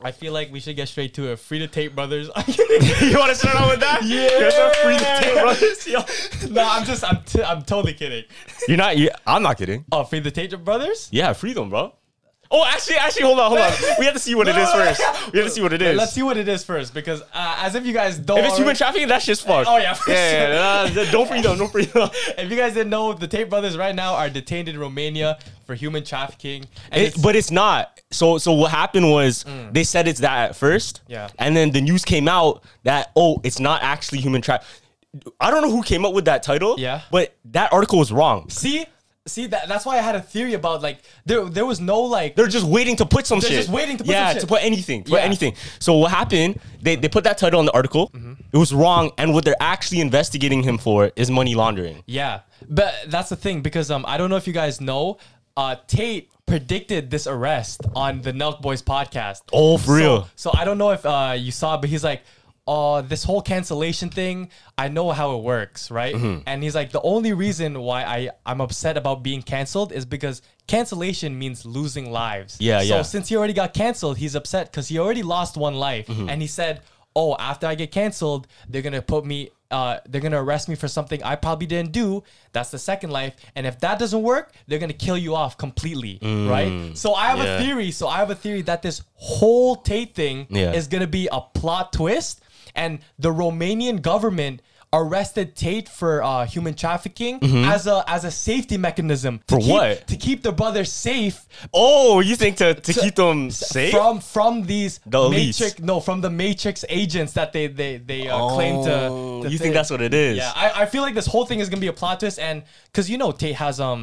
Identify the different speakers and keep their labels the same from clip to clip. Speaker 1: I feel like we should get straight to it. Free to tape brothers.
Speaker 2: you want to start out with that? There's no free to tape, bro.
Speaker 1: brothers. no, I'm just, I'm, t- I'm totally kidding.
Speaker 2: You're not. You, I'm not kidding.
Speaker 1: Oh, free to tape brothers.
Speaker 2: Yeah, freedom, bro. Oh, actually, actually, hold on, hold on. We have to see what it is first. We have to see what it is.
Speaker 1: Let's see what it is first, because uh, as if you guys don't.
Speaker 2: if it's human
Speaker 1: already-
Speaker 2: trafficking, that's just fucked.
Speaker 1: Oh, yeah, for sure.
Speaker 2: yeah, yeah, nah, don't freedom, don't freedom.
Speaker 1: if you guys didn't know, the Tate brothers right now are detained in Romania for human trafficking. And
Speaker 2: It,
Speaker 1: it's- Mm.
Speaker 2: but it's not. So so what happened was they said it's that at first.
Speaker 1: Yeah.
Speaker 2: And then the news came out that oh, it's not actually human trap. I don't know who came up with that title.
Speaker 1: Yeah.
Speaker 2: But that article was wrong.
Speaker 1: see, see that that's why I had a theory about like there there was no like
Speaker 2: They're just waiting to put some
Speaker 1: They're
Speaker 2: shit.
Speaker 1: just waiting to put
Speaker 2: yeah,
Speaker 1: some shit.
Speaker 2: to put anything, put
Speaker 1: Yeah.
Speaker 2: anything. So what happened? They they put that title on the article.
Speaker 1: Mm-hmm.
Speaker 2: It was wrong, and what they're actually investigating him for is money laundering.
Speaker 1: Yeah, but that's the thing because um, I don't know if you guys know, uh, Tate predicted this arrest on the Nelk Boys podcast.
Speaker 2: Oh, for
Speaker 1: So-
Speaker 2: real?
Speaker 1: So I don't know if uh, you saw, but he's like, uh, this whole cancellation thing, I know how it works, right?
Speaker 2: Mm-hmm.
Speaker 1: And he's like, the only reason why I I'm upset about being canceled is because cancellation means losing lives.
Speaker 2: Yeah,
Speaker 1: so
Speaker 2: yeah.
Speaker 1: since he already got canceled, he's upset because he already lost one life,
Speaker 2: Mm-hmm.
Speaker 1: and he said, "Oh, after I get canceled, they're gonna put me." Uh, they're gonna arrest me for something I probably didn't do. That's the second life, and if that doesn't work, they're gonna kill you off completely, right? So I have
Speaker 2: Mm. yeah.
Speaker 1: a theory. So I have a theory that this whole Tate thing
Speaker 2: Yeah.
Speaker 1: is gonna be a plot twist, and the Romanian government arrested Tate for uh, human trafficking as a as a safety mechanism to
Speaker 2: Mm-hmm. For
Speaker 1: keep-
Speaker 2: what?
Speaker 1: to keep the brother safe
Speaker 2: Oh, you think to, to, keep them safe?
Speaker 1: from from these
Speaker 2: The elites.
Speaker 1: matrix no from the matrix agents that they they they uh, claim
Speaker 2: Oh,
Speaker 1: to, to
Speaker 2: you
Speaker 1: take.
Speaker 2: think that's what it is?
Speaker 1: yeah I, I feel like this whole thing is gonna be a plot twist and because you know tate has um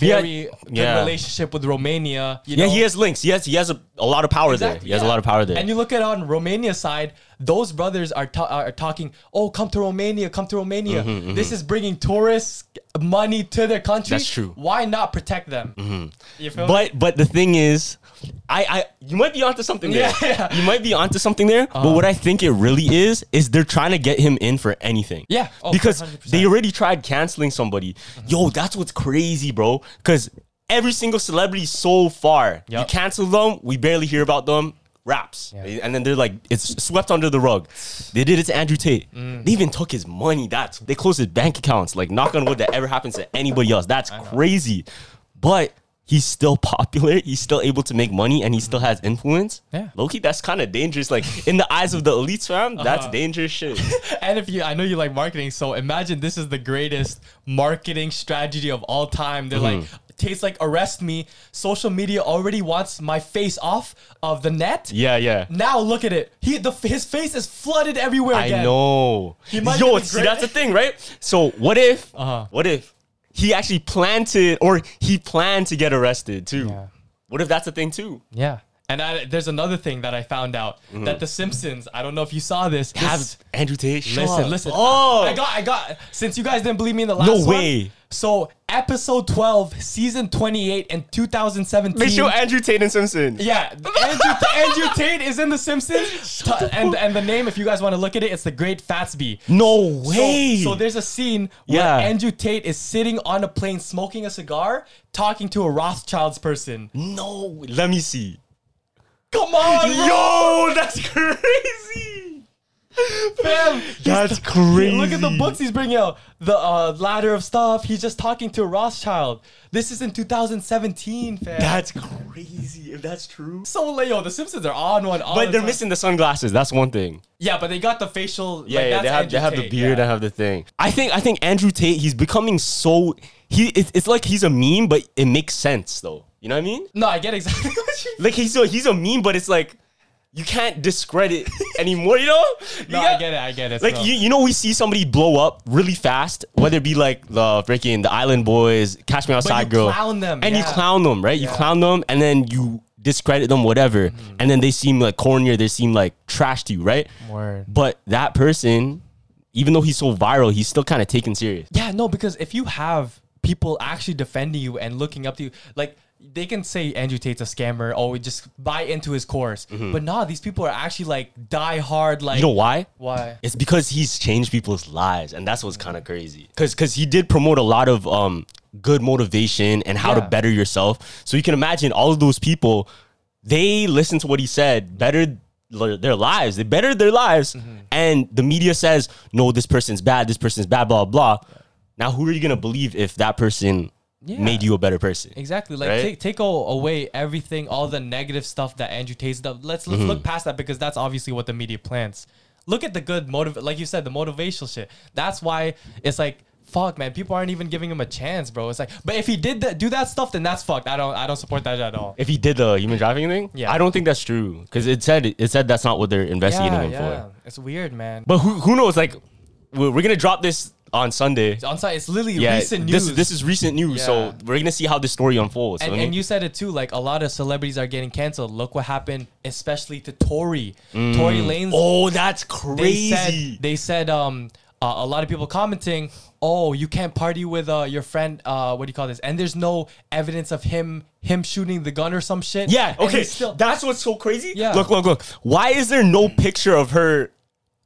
Speaker 2: Yeah,
Speaker 1: very good
Speaker 2: yeah.
Speaker 1: relationship with romania you
Speaker 2: Yeah,
Speaker 1: know?
Speaker 2: he has links. He has he has a, a lot of power there.
Speaker 1: Exactly,
Speaker 2: He has a
Speaker 1: yeah.
Speaker 2: lot of power there.
Speaker 1: And you look at on Romania's side, those brothers are ta- are talking, "Oh, come to Romania, come to Romania.
Speaker 2: Mm-hmm,
Speaker 1: This is bringing tourists money to their country.
Speaker 2: That's true. Mm-hmm.
Speaker 1: Why not protect them?" You feel me?
Speaker 2: but but the thing is, I I you might be onto something there.
Speaker 1: Yeah, yeah. Uh-huh.
Speaker 2: You might be onto something there. but what I think it really is is they're trying to get him in for anything.
Speaker 1: Yeah. Oh,
Speaker 2: because
Speaker 1: 100%.
Speaker 2: they already tried canceling somebody.
Speaker 1: Mm-hmm.
Speaker 2: Yo, that's what's crazy, bro. Because every single celebrity so far, you
Speaker 1: Yep.
Speaker 2: cancel them, we barely hear about them. Raps,
Speaker 1: Yeah.
Speaker 2: and then they're like, it's swept under the rug. They did it to Andrew Tate.
Speaker 1: Mm.
Speaker 2: They even took his money. That's they closed his bank accounts. Like, knock on wood, that ever happens to anybody else. That's crazy, but he's still popular. He's still able to make money, and he still has influence.
Speaker 1: Yeah.
Speaker 2: Loki, that's kind of dangerous. Like in the eyes of the elites, fam, that's
Speaker 1: Uh-huh.
Speaker 2: dangerous shit.
Speaker 1: And if you, I know you like marketing, so imagine this is the greatest marketing strategy of all time. They're
Speaker 2: Mm-hmm.
Speaker 1: like, tastes like arrest me. Social media already wants my face off of the net.
Speaker 2: yeah, yeah.
Speaker 1: Now look at it. He, the, his face is flooded everywhere.
Speaker 2: I
Speaker 1: again.
Speaker 2: know.
Speaker 1: might
Speaker 2: Yo,
Speaker 1: be the
Speaker 2: see, that's the
Speaker 1: great-
Speaker 2: thing, right? So what if?
Speaker 1: Uh-huh.
Speaker 2: What if he actually planted or he planned to get arrested too?
Speaker 1: Yeah.
Speaker 2: What if that's the thing too?
Speaker 1: Yeah. And I, there's another thing that I found out
Speaker 2: Mm-hmm.
Speaker 1: that The Simpsons. I don't know if you saw this. this-
Speaker 2: Have Andrew Tate. shut
Speaker 1: listen,
Speaker 2: up.
Speaker 1: listen.
Speaker 2: Oh,
Speaker 1: I got, I got. Since you guys didn't believe me in the last
Speaker 2: No
Speaker 1: one,
Speaker 2: way.
Speaker 1: So episode 12, season 28, in 2017.
Speaker 2: They show Andrew Tate and Simpson.
Speaker 1: Yeah, Andrew, Andrew Tate is in The Simpsons, T- and and the name, if you guys want to look at it, it's the Great Fatsby.
Speaker 2: No
Speaker 1: So-
Speaker 2: way.
Speaker 1: So, there's a scene where
Speaker 2: Yeah.
Speaker 1: Andrew Tate is sitting on a plane smoking a cigar, talking to a Rothschild's person.
Speaker 2: no. Let me see.
Speaker 1: Come on, bro.
Speaker 2: Yo, that's crazy.
Speaker 1: fam. He's-
Speaker 2: That's crazy.
Speaker 1: Look at the books he's bringing out. The uh, ladder of stuff. He's just talking to a Rothschild. This is in 2017, fam.
Speaker 2: That's crazy. If that's true.
Speaker 1: so late, yo. The Simpsons are on one. all
Speaker 2: But
Speaker 1: the
Speaker 2: they're
Speaker 1: time.
Speaker 2: missing the sunglasses. That's one thing.
Speaker 1: Yeah, but they got the facial.
Speaker 2: Yeah,
Speaker 1: like,
Speaker 2: yeah,
Speaker 1: that's
Speaker 2: they have
Speaker 1: Andrew
Speaker 2: they have the
Speaker 1: Tate,
Speaker 2: beard,
Speaker 1: yeah.
Speaker 2: they have the thing. I think I think Andrew Tate, he's becoming so he it's, it's like he's a meme, but it makes sense though. You know what I mean?
Speaker 1: No, I get exactly what you.
Speaker 2: Like he's a he's a meme, but it's like you can't discredit anymore. You know? You
Speaker 1: No, I
Speaker 2: got-
Speaker 1: get it. I get it.
Speaker 2: Like
Speaker 1: bro.
Speaker 2: you, you know, we see somebody blow up really fast, whether it be like the freaking the Island Boys, Catch Me Outside
Speaker 1: you
Speaker 2: Girl,
Speaker 1: clown them,
Speaker 2: and you
Speaker 1: yeah. Mm-hmm.
Speaker 2: clown them, right? You clown them, and then you discredit them, whatever, and then they seem like corny or they seem like trash to you, right?
Speaker 1: Word.
Speaker 2: But that person, even though he's so viral, he's still kind of taken serious.
Speaker 1: Yeah, no, because if you have people actually defending you and looking up to you, like they can say Andrew Tate's a scammer or we just buy into his course. But nah, these people are actually like die hard. Like
Speaker 2: You know why?
Speaker 1: Why?
Speaker 2: It's because he's changed people's lives, and that's what's kind of crazy. Because because he did promote a lot of um good motivation and how to
Speaker 1: Yeah.
Speaker 2: better yourself. So you can imagine all of those people, they listened to what he said, better their lives, they bettered their lives,
Speaker 1: Mm-hmm.
Speaker 2: and the media says no, this person's bad, this person's bad, blah blah. Now who are you gonna believe if that person made you a better person?
Speaker 1: Exactly. Like
Speaker 2: Right?
Speaker 1: take take a- away everything, all the negative stuff that Andrew Tate's done. Let's let's look past that because that's obviously what the media plans. Look at the good motive, like you said, the motivational shit. That's why it's like fuck, man. People aren't even giving him a chance, bro. It's like, but if he did that, do that stuff, then that's fucked. I don't I don't support that at all.
Speaker 2: If he did the human trafficking thing,
Speaker 1: Yeah.
Speaker 2: I don't think that's true because it said it said that's not what they're investigating
Speaker 1: Yeah,
Speaker 2: him for.
Speaker 1: yeah. It's weird, man.
Speaker 2: But who who knows? Like, we're, we're gonna drop this on Sunday.
Speaker 1: on site, it's literally
Speaker 2: Yeah,
Speaker 1: recent
Speaker 2: this
Speaker 1: news.
Speaker 2: this is recent news, so
Speaker 1: Yeah.
Speaker 2: we're gonna see how this story unfolds.
Speaker 1: and,
Speaker 2: I mean,
Speaker 1: and you said it too. Like a lot of celebrities are getting canceled. Look what happened, especially to Tory.
Speaker 2: Mm.
Speaker 1: Tory Lanez
Speaker 2: oh, that's
Speaker 1: they
Speaker 2: crazy.
Speaker 1: said they said um uh, a lot of people commenting oh you can't party with uh, your friend uh what do you call this and there's no evidence of him him shooting the gun or some shit
Speaker 2: yeah,
Speaker 1: And
Speaker 2: okay,
Speaker 1: he's still,
Speaker 2: that's what's so crazy.
Speaker 1: Yeah.
Speaker 2: Look, look, look. Why is there no picture of her,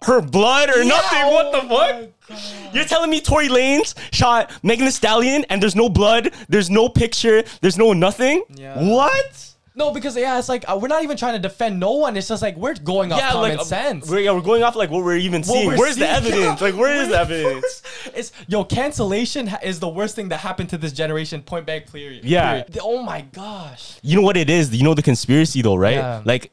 Speaker 2: her blood or nothing? What
Speaker 1: oh
Speaker 2: the fuck? You're telling me Tory Lanez shot Megan Thee Stallion and there's no blood, there's no picture, there's no nothing?
Speaker 1: Yeah.
Speaker 2: What?
Speaker 1: no because yeah it's like uh, we're not even trying to defend no one it's just like we're going off common
Speaker 2: uh,
Speaker 1: sense
Speaker 2: We're, yeah, we're going off like what we're even
Speaker 1: What
Speaker 2: seeing.
Speaker 1: we're
Speaker 2: Where's the
Speaker 1: seeing.
Speaker 2: evidence? Like, where is the evidence?
Speaker 1: it's yo cancellation ha- is the worst thing that happened to this generation point blank period
Speaker 2: Yeah.
Speaker 1: period. oh my gosh
Speaker 2: you know what it is? You know the conspiracy though, right?
Speaker 1: Yeah.
Speaker 2: Like,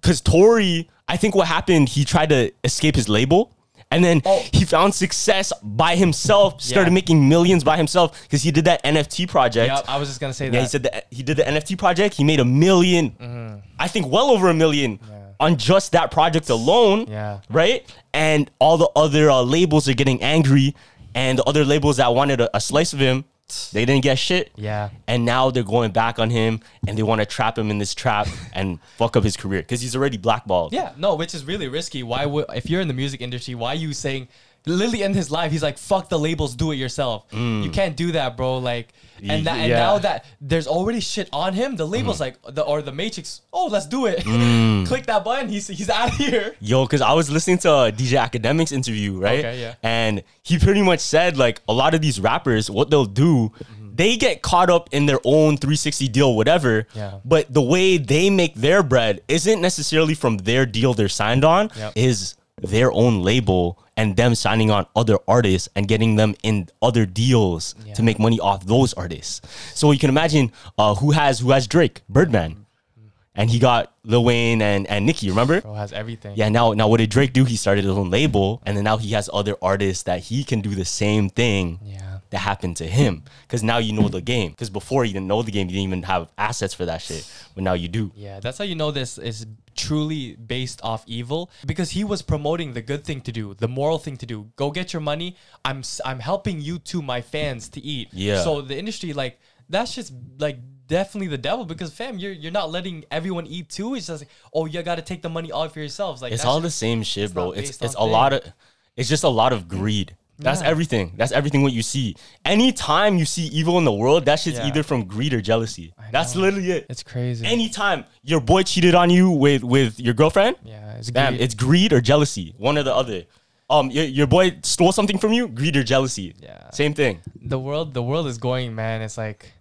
Speaker 2: because Tory, I think what happened, he tried to escape his label. And then
Speaker 1: Oh.
Speaker 2: he found success by himself, started
Speaker 1: Yeah.
Speaker 2: making millions by himself because he did that NFT project.
Speaker 1: yeah Mm-hmm. I was just gonna say that
Speaker 2: Yeah, he said that he did the NFT project. He made a 1000000 I think well over a million on just that project alone.
Speaker 1: Yeah.
Speaker 2: Right? And all the other uh, labels are getting angry, and the other labels that wanted a, a slice of him, they didn't get shit.
Speaker 1: Yeah.
Speaker 2: And now they're going back on him, and they want to trap him in this trap and fuck up his career because he's already blackballed.
Speaker 1: Yeah, no, which is really risky. Why would if you're in the music industry, why you saying literally in his life he's like fuck the labels, do it yourself. You can't do that, bro. Like and that and
Speaker 2: Mm. Yeah. Mm.
Speaker 1: now that there's already shit on him, the labels like the or the Matrix, oh let's do it. Click that button, he's he's out of here.
Speaker 2: Yo, because I was listening to a DJ Academics interview, right?
Speaker 1: Okay, yeah.
Speaker 2: And he pretty much said, like, a lot of these rappers, what they'll do, they get caught up in their own 360 deal, whatever.
Speaker 1: Yeah.
Speaker 2: But the way they make their bread isn't necessarily from their deal they're signed on,
Speaker 1: Yep.
Speaker 2: is their own label and them signing on other artists and getting them in other deals to make money off those artists. So you can imagine uh, who has who has Drake, Birdman.
Speaker 1: Mm-hmm.
Speaker 2: And he got Lil Wayne and, and Nicki, remember?
Speaker 1: Bro has everything.
Speaker 2: yeah now now what did drake do he started his own label and then now he has other artists that he can do the same thing
Speaker 1: Yeah.
Speaker 2: that happened to him because now you know the game because before you didn't know the game you didn't even have assets for that shit but now you do
Speaker 1: Yeah, that's how you know this is truly based off evil because he was promoting the good thing to do, the moral thing to do. Go get your money. I'm s- I'm helping you to my fans to eat.
Speaker 2: Yeah.
Speaker 1: So the industry like that's just like definitely the devil because fam you're you're not letting everyone eat too. It's just like oh you got to take the money all for yourselves. Like
Speaker 2: it's
Speaker 1: that's
Speaker 2: all the same shit bro
Speaker 1: not
Speaker 2: it's
Speaker 1: based
Speaker 2: it's a
Speaker 1: on
Speaker 2: lot of it's just a lot of greed that's
Speaker 1: Yeah.
Speaker 2: everything that's everything what you see anytime you see evil in the world that shit's
Speaker 1: Yeah.
Speaker 2: either from greed or jealousy that's literally it
Speaker 1: it's crazy.
Speaker 2: anytime your boy cheated on you with with your girlfriend
Speaker 1: yeah, it's
Speaker 2: Damn,
Speaker 1: greed.
Speaker 2: it's greed or jealousy, one or the other. Um, your, your boy stole something from you, greed or jealousy.
Speaker 1: Yeah.
Speaker 2: Same thing.
Speaker 1: the world the world is going man it's like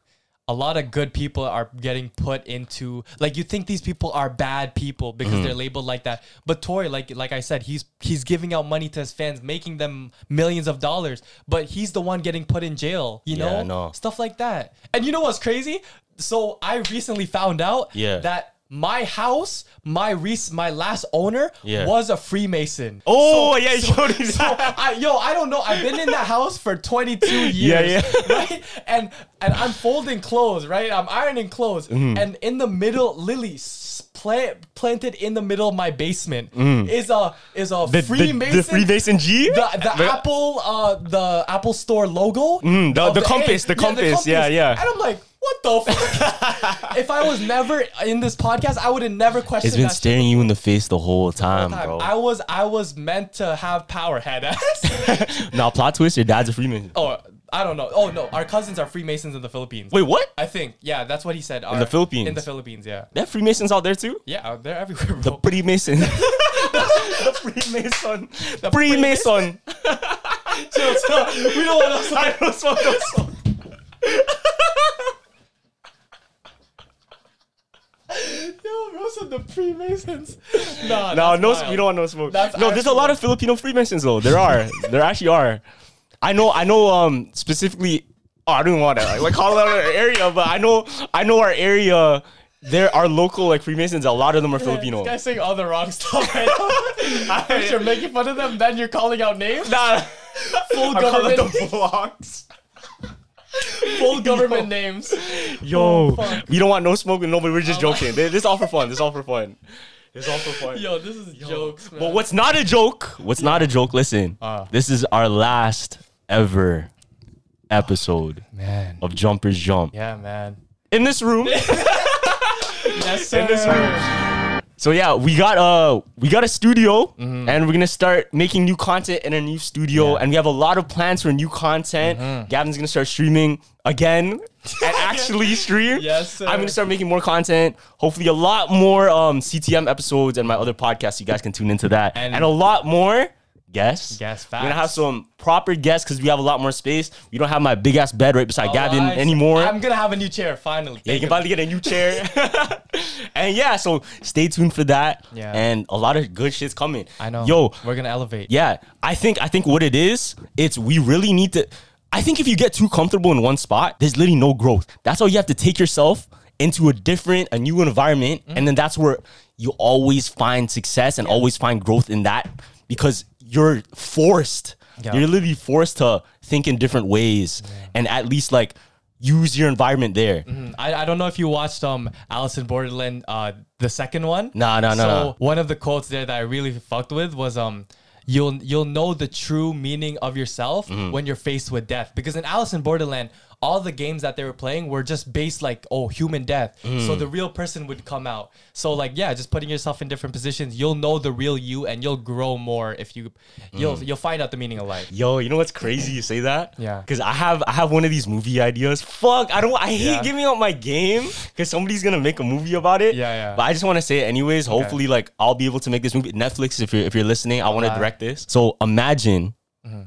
Speaker 1: a lot of good people are getting put into like you think these people are bad people because they're
Speaker 2: Mm-hmm.
Speaker 1: labeled like that but Tory like like I said he's he's giving out money to his fans making them millions of dollars but he's the one getting put in jail you
Speaker 2: Yeah, I
Speaker 1: know
Speaker 2: know.
Speaker 1: stuff like that and you know what's crazy so I recently found out
Speaker 2: Yeah.
Speaker 1: that my house my res- my last owner
Speaker 2: Yeah.
Speaker 1: was a freemason
Speaker 2: Oh, yeah, you showed me that.
Speaker 1: I, yo, I don't know. I've been in that house for 22 years,
Speaker 2: Yeah, yeah.
Speaker 1: right? And and I'm folding clothes, right? I'm ironing clothes,
Speaker 2: Mm-hmm.
Speaker 1: and in the middle, Lily s- pla- planted in the middle of my basement is a is a
Speaker 2: Mm. The,
Speaker 1: Freemason.
Speaker 2: the, the Freemason G?
Speaker 1: the, the Apple uh the Apple Store logo
Speaker 2: Mm, the-
Speaker 1: of
Speaker 2: the compass, the compass, yeah, yeah.
Speaker 1: and I'm like what the fuck if I was never in this podcast I would have never questioned
Speaker 2: it's been
Speaker 1: that shit
Speaker 2: staring you in the face the whole time,
Speaker 1: time.
Speaker 2: bro.
Speaker 1: I was I was meant to have power head ass
Speaker 2: now, plot twist, your dad's a Freemason.
Speaker 1: Oh, I don't know. Oh no, our cousins are Freemasons in the Philippines.
Speaker 2: Wait, what?
Speaker 1: I think yeah, that's what he said. In
Speaker 2: the Philippines.
Speaker 1: In the Philippines, yeah,
Speaker 2: There are Freemasons out there too?
Speaker 1: yeah, they're everywhere.
Speaker 2: The
Speaker 1: Bro.
Speaker 2: Freemason. the Freemason. The Freemason.
Speaker 1: chill, chill. We don't want to.
Speaker 2: I don't smoke those songs.
Speaker 1: Yo, bro, said the Freemasons. Nah,
Speaker 2: No,
Speaker 1: that's
Speaker 2: no,
Speaker 1: wild.
Speaker 2: we don't want no smoke.
Speaker 1: That's
Speaker 2: no, there's a lot of Filipino Freemasons though. There are, there actually are. I know, I know. Um, specifically, oh, I don't want to like, like call out our area, but I know, I know our area. There are local like Freemasons. A lot of them are Filipino.
Speaker 1: This guy's saying all the wrong stuff right now. First you're making fun of them, then you're calling out names.
Speaker 2: Nah,
Speaker 1: Full
Speaker 2: I call it
Speaker 1: government,
Speaker 2: the blocks.
Speaker 1: full government names.
Speaker 2: Yo,
Speaker 1: fuck.
Speaker 2: we don't want no smoke with nobody. We're just joking. This is all for fun. This is all for fun. This is all for fun.
Speaker 1: Yo, this is jokes, man.
Speaker 2: But what's not a joke? What's not a joke? Listen,
Speaker 1: Uh.
Speaker 2: this is our last ever episode
Speaker 1: man?
Speaker 2: of Jumpers Jump
Speaker 1: Yeah, man.
Speaker 2: in this room.
Speaker 1: Yes,
Speaker 2: In this
Speaker 1: sir.
Speaker 2: so yeah, we got uh we got a studio,
Speaker 1: Mm-hmm.
Speaker 2: and we're gonna start making new content in a new studio, and we have a lot of plans for new content.
Speaker 1: Mm-hmm.
Speaker 2: Gavin's gonna start streaming again and actually stream.
Speaker 1: Yes, sir.
Speaker 2: I'm gonna start making more content. Hopefully, a lot more um CTM episodes and my other podcasts. You guys can tune into that, and,
Speaker 1: And-
Speaker 2: a lot more. Guests.
Speaker 1: Guest
Speaker 2: We're gonna have
Speaker 1: facts.
Speaker 2: some proper guests because we have a lot more space. We don't have my big ass bed right beside Gavin
Speaker 1: Alive.
Speaker 2: anymore.
Speaker 1: I'm gonna Oh, have a new chair finally.
Speaker 2: Yeah, you can finally get a new chair. and yeah, so stay tuned for that.
Speaker 1: Yeah.
Speaker 2: And a lot of good shit's coming.
Speaker 1: I know.
Speaker 2: Yo,
Speaker 1: we're gonna elevate.
Speaker 2: yeah. I think I think what it is, it's we really need to I think if you get too comfortable in one spot, there's literally no growth. That's how you have to take yourself into a different, a new environment,
Speaker 1: Mm.
Speaker 2: and then that's where you always find success and always find growth in that because you're forced.
Speaker 1: Yeah.
Speaker 2: You're literally forced to think in different ways and at least like use your environment there.
Speaker 1: Mm, I, I don't know if you watched um Alice in Borderland uh the second one.
Speaker 2: Nah, nah, nah,
Speaker 1: So
Speaker 2: nah.
Speaker 1: one of the quotes there that I really fucked with was um you'll you'll know the true meaning of yourself when you're faced with death because in Alice in Borderland all the games that they were playing were just based like oh human death so the real person would come out so like yeah just putting yourself in different positions you'll know the real you and you'll grow more if you you'll you'll find out the meaning of life
Speaker 2: Yo, you know what's crazy? You say that?
Speaker 1: Yeah.
Speaker 2: Cause I have I have one of these movie ideas. Fuck, I don't. I hate
Speaker 1: Yeah.
Speaker 2: giving out my game because somebody's gonna make a movie about it.
Speaker 1: Yeah, yeah.
Speaker 2: But I just want to say it anyways. Hopefully, like I'll be able to make this movie. Netflix, if you're if you're listening, I want to
Speaker 1: Okay. Mm-hmm.
Speaker 2: direct this. So imagine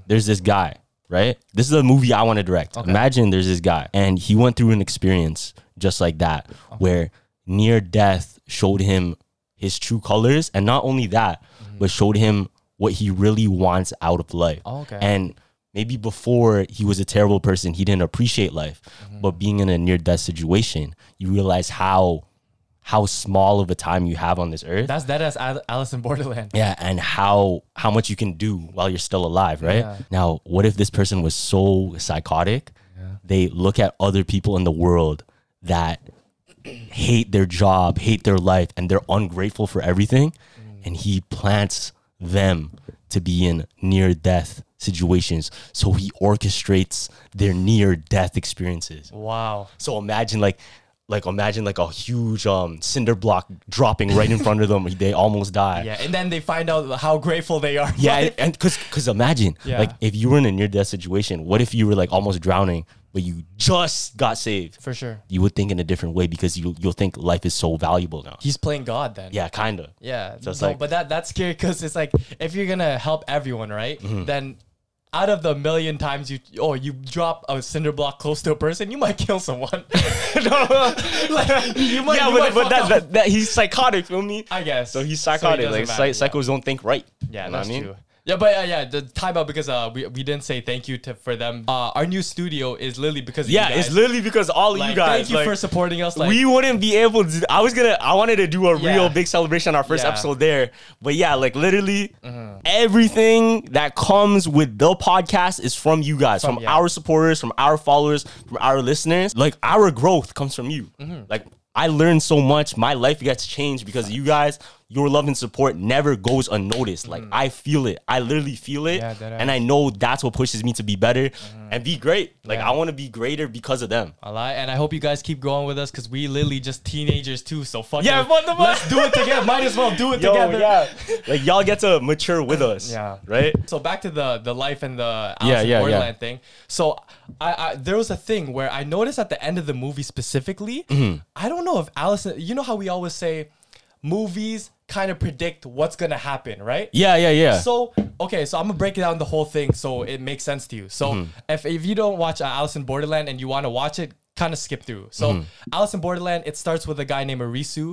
Speaker 2: there's this guy, right? This is a movie I want to direct. Imagine there's this guy, and he went through an experience just like that, where near death showed him his true colors, and not only that,
Speaker 1: Mm-hmm.
Speaker 2: but showed him what he really wants out of life.
Speaker 1: Oh, okay.
Speaker 2: And maybe before he was a terrible person, he didn't appreciate life. But being in a near death situation, you realize how how small of a time you have on this earth.
Speaker 1: that's that as Al- Alice in Borderland
Speaker 2: yeah, and how how much you can do while you're still alive, right?
Speaker 1: Yeah.
Speaker 2: Now, what if this person was so psychotic? They look at other people in the world that hate their job, hate their life, and they're ungrateful for everything.
Speaker 1: Mm.
Speaker 2: And he plants them to be in near death situations. So he orchestrates their near death experiences.
Speaker 1: wow
Speaker 2: So imagine like like imagine like a huge um cinder block dropping right in front of them. They almost die.
Speaker 1: yeah and then they find out how grateful they are
Speaker 2: Yeah, and- and because because imagine
Speaker 1: Yeah.
Speaker 2: like if you were in a near death situation, what if you were like almost drowning, but you just got saved?
Speaker 1: for sure
Speaker 2: You would think in a different way because you you'll think life is so valuable now.
Speaker 1: he's playing God then.
Speaker 2: Yeah, kinda.
Speaker 1: Yeah.
Speaker 2: So it's
Speaker 1: no,
Speaker 2: like-
Speaker 1: but that that's scary because it's like if you're gonna help everyone, right?
Speaker 2: Mm-hmm.
Speaker 1: Then out of the million times you oh you drop a cinder block close to a person, you might kill someone. like you might,
Speaker 2: yeah,
Speaker 1: you
Speaker 2: but,
Speaker 1: might
Speaker 2: but
Speaker 1: fuck
Speaker 2: that,
Speaker 1: up.
Speaker 2: that, that he's psychotic. Feel me?
Speaker 1: I guess.
Speaker 2: So he's
Speaker 1: So he
Speaker 2: psychotic.
Speaker 1: doesn't
Speaker 2: like
Speaker 1: matter,
Speaker 2: psy-
Speaker 1: yeah.
Speaker 2: psychos don't think right.
Speaker 1: Yeah,
Speaker 2: You know what
Speaker 1: that's true. Yeah, but uh, yeah, the time out because uh, we, we didn't say thank you to for them. Uh, our new studio is literally because of
Speaker 2: Yeah,
Speaker 1: you guys.
Speaker 2: it's literally because all of
Speaker 1: Like,
Speaker 2: you guys.
Speaker 1: Thank you
Speaker 2: like-
Speaker 1: for supporting us. Like,
Speaker 2: we wouldn't be able to. I was gonna. I wanted to do a
Speaker 1: Yeah.
Speaker 2: real big celebration on our first
Speaker 1: Yeah. Mm-hmm.
Speaker 2: episode there, but yeah, like literally everything that comes with the podcast is from you guys, from,
Speaker 1: From- yeah.
Speaker 2: our supporters, from our followers, from our listeners. Like
Speaker 1: Mm-hmm.
Speaker 2: our growth comes from you. Like I learned so much. My life gets changed because of you guys. your love and support never goes unnoticed. Like I feel it. I literally feel it.
Speaker 1: Mm-hmm. Yeah, dead
Speaker 2: and I know that's what pushes me to be better and be great. Like
Speaker 1: Yeah.
Speaker 2: I want to be greater because of them.
Speaker 1: A lot, and I hope you guys keep going with us because we literally just teenagers too. So fuck
Speaker 2: Yeah,
Speaker 1: it.
Speaker 2: what the fuck?
Speaker 1: let's do it together. Might as well do it together.
Speaker 2: like y'all get to mature with us.
Speaker 1: Yeah.
Speaker 2: Right?
Speaker 1: So back to the the life and the Alice
Speaker 2: Yeah,
Speaker 1: in
Speaker 2: yeah, yeah.
Speaker 1: Borderland thing. So I, I there was a thing where I noticed at the end of the movie specifically.
Speaker 2: Mm-hmm.
Speaker 1: I don't know if Alice. You know how we always say movies kind of predict what's gonna happen, right?
Speaker 2: Yeah, yeah, yeah.
Speaker 1: So okay, so I'm gonna break down the whole thing so it makes sense to you. So
Speaker 2: Mm-hmm.
Speaker 1: if, if you don't watch uh, Alice in Borderland and you want to watch it, kind of skip through. So
Speaker 2: Mm-hmm.
Speaker 1: Alice in Borderland, it starts with a guy named Arisu,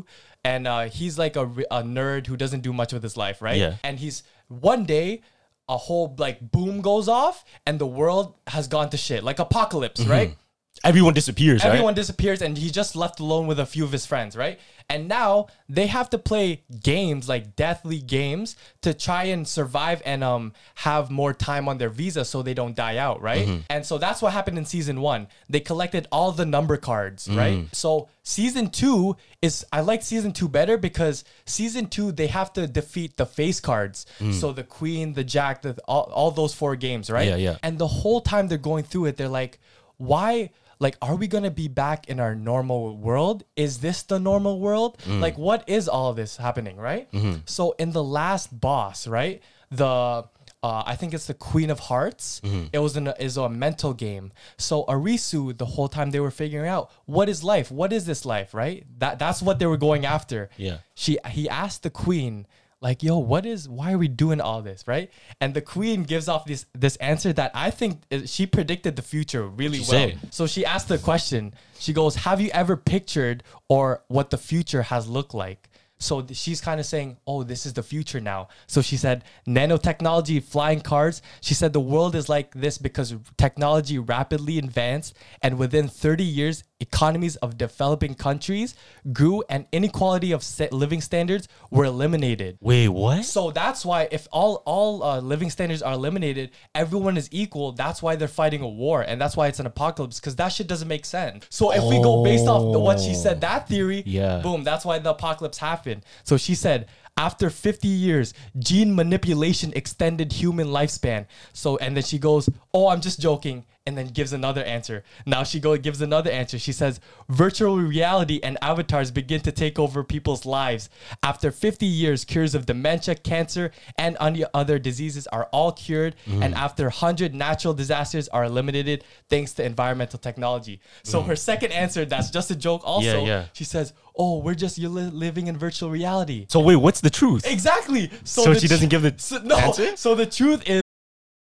Speaker 1: and uh, he's like a, re- a nerd who doesn't do much with his life, right?
Speaker 2: Yeah.
Speaker 1: And he's one day. A whole like boom goes off and the world has gone to shit, like apocalypse,
Speaker 2: Mm-hmm.
Speaker 1: right?
Speaker 2: Everyone disappears, right?
Speaker 1: Everyone disappears and he's just left alone with a few of his friends, right? And now they have to play games like deathly games to try and survive and um have more time on their visa so they don't die out, right?
Speaker 2: Mm-hmm.
Speaker 1: And so that's what happened in season 1. They collected all the number cards,
Speaker 2: Mm.
Speaker 1: right? So season 2 is I like season 2 better because season 2 they have to defeat the face cards.
Speaker 2: Mm.
Speaker 1: So the queen, the jack, the all, all those four games, right?
Speaker 2: Yeah, yeah.
Speaker 1: And the whole time they're going through it, they're like, why? Like, are we gonna be back in our normal world? Is this the normal world?
Speaker 2: Mm.
Speaker 1: Like, what is all this happening, right?
Speaker 2: Mm-hmm.
Speaker 1: So, in the last boss, right? The uh, I think it's the Queen of Hearts.
Speaker 2: Mm-hmm.
Speaker 1: It was an is a mental game. So Arisu, the whole time they were figuring out what is life, what is this life, right? That that's what they were going after
Speaker 2: Yeah.
Speaker 1: she he asked the queen like yo what is why are we doing all this right and the queen gives off this this answer that i think is, she predicted the future really
Speaker 2: she
Speaker 1: well
Speaker 2: say?
Speaker 1: so she asked the question she goes have you ever pictured or what the future has looked like so th- she's kind of saying oh this is the future now so she said nanotechnology flying cars she said the world is like this because technology rapidly advanced and within 30 years economies of developing countries grew and inequality of sa- living standards were eliminated
Speaker 2: Wait, what?
Speaker 1: so that's why if all all uh, living standards are eliminated, everyone is equal. That's why they're fighting a war, and that's why it's an apocalypse because that shit doesn't make sense. So if we go based off the, what she said, that theory,
Speaker 2: Yeah.
Speaker 1: boom, that's why the apocalypse happened. So she said. After 50 years, gene manipulation extended human lifespan. So, and then she goes, Oh, I'm just joking. And then gives another answer. Now she go, gives another answer. She says, Virtual reality and avatars begin to take over people's lives. After 50 years, cures of dementia, cancer, and un- other diseases are all cured.
Speaker 2: Mm-hmm.
Speaker 1: And after 100, natural disasters are eliminated thanks to environmental technology. So her second answer, that's just a joke, also,
Speaker 2: Mm. Yeah, yeah.
Speaker 1: she says, Oh, we're just you're li- living in virtual reality.
Speaker 2: So wait, what's the truth?
Speaker 1: Exactly.
Speaker 2: So
Speaker 1: the
Speaker 2: she doesn't give the
Speaker 1: so, no,
Speaker 2: answer?
Speaker 1: So the truth is.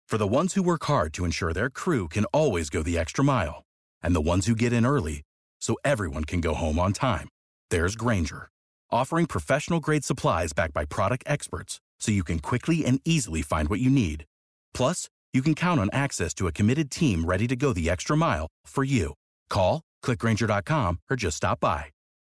Speaker 3: For the ones who work hard to ensure their crew can always go the extra mile, and the ones who get in early so everyone can go home on time, there's Granger, offering professional grade supplies backed by product experts so you can quickly and easily find what you need. Plus, you can count on access to a committed team ready to go the extra mile for you. Call, click clickgranger.com, or just stop by.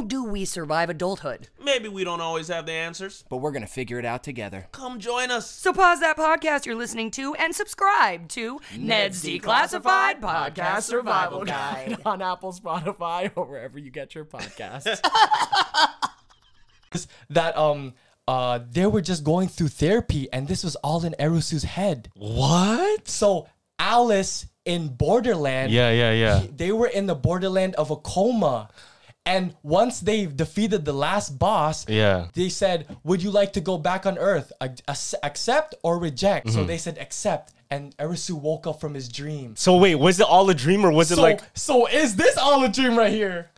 Speaker 4: do we survive adulthood?
Speaker 5: Maybe we don't always have the answers.
Speaker 6: But we're gonna figure it out together.
Speaker 5: Come join us.
Speaker 4: So pause that podcast you're listening to and subscribe to Ned's Declassified Podcast Survival Guide.
Speaker 6: on Apple, Spotify, or wherever you get your podcasts.
Speaker 1: is that um uh they were just going through therapy and this was all in Erusu's head.
Speaker 2: What?
Speaker 1: So Alice in Borderland,
Speaker 2: Yeah, yeah, yeah.
Speaker 1: they were in the borderland of a coma. And once they defeated the last boss,
Speaker 2: Yeah.
Speaker 1: they said, "Would you like to go back on Earth? Ac- ac- Accept or reject?"
Speaker 2: Mm-hmm.
Speaker 1: So they said, "Accept." And Erusu woke up from his dream.
Speaker 2: So wait, was it all a dream or was
Speaker 1: So,
Speaker 2: it like
Speaker 1: so is this all a dream right here?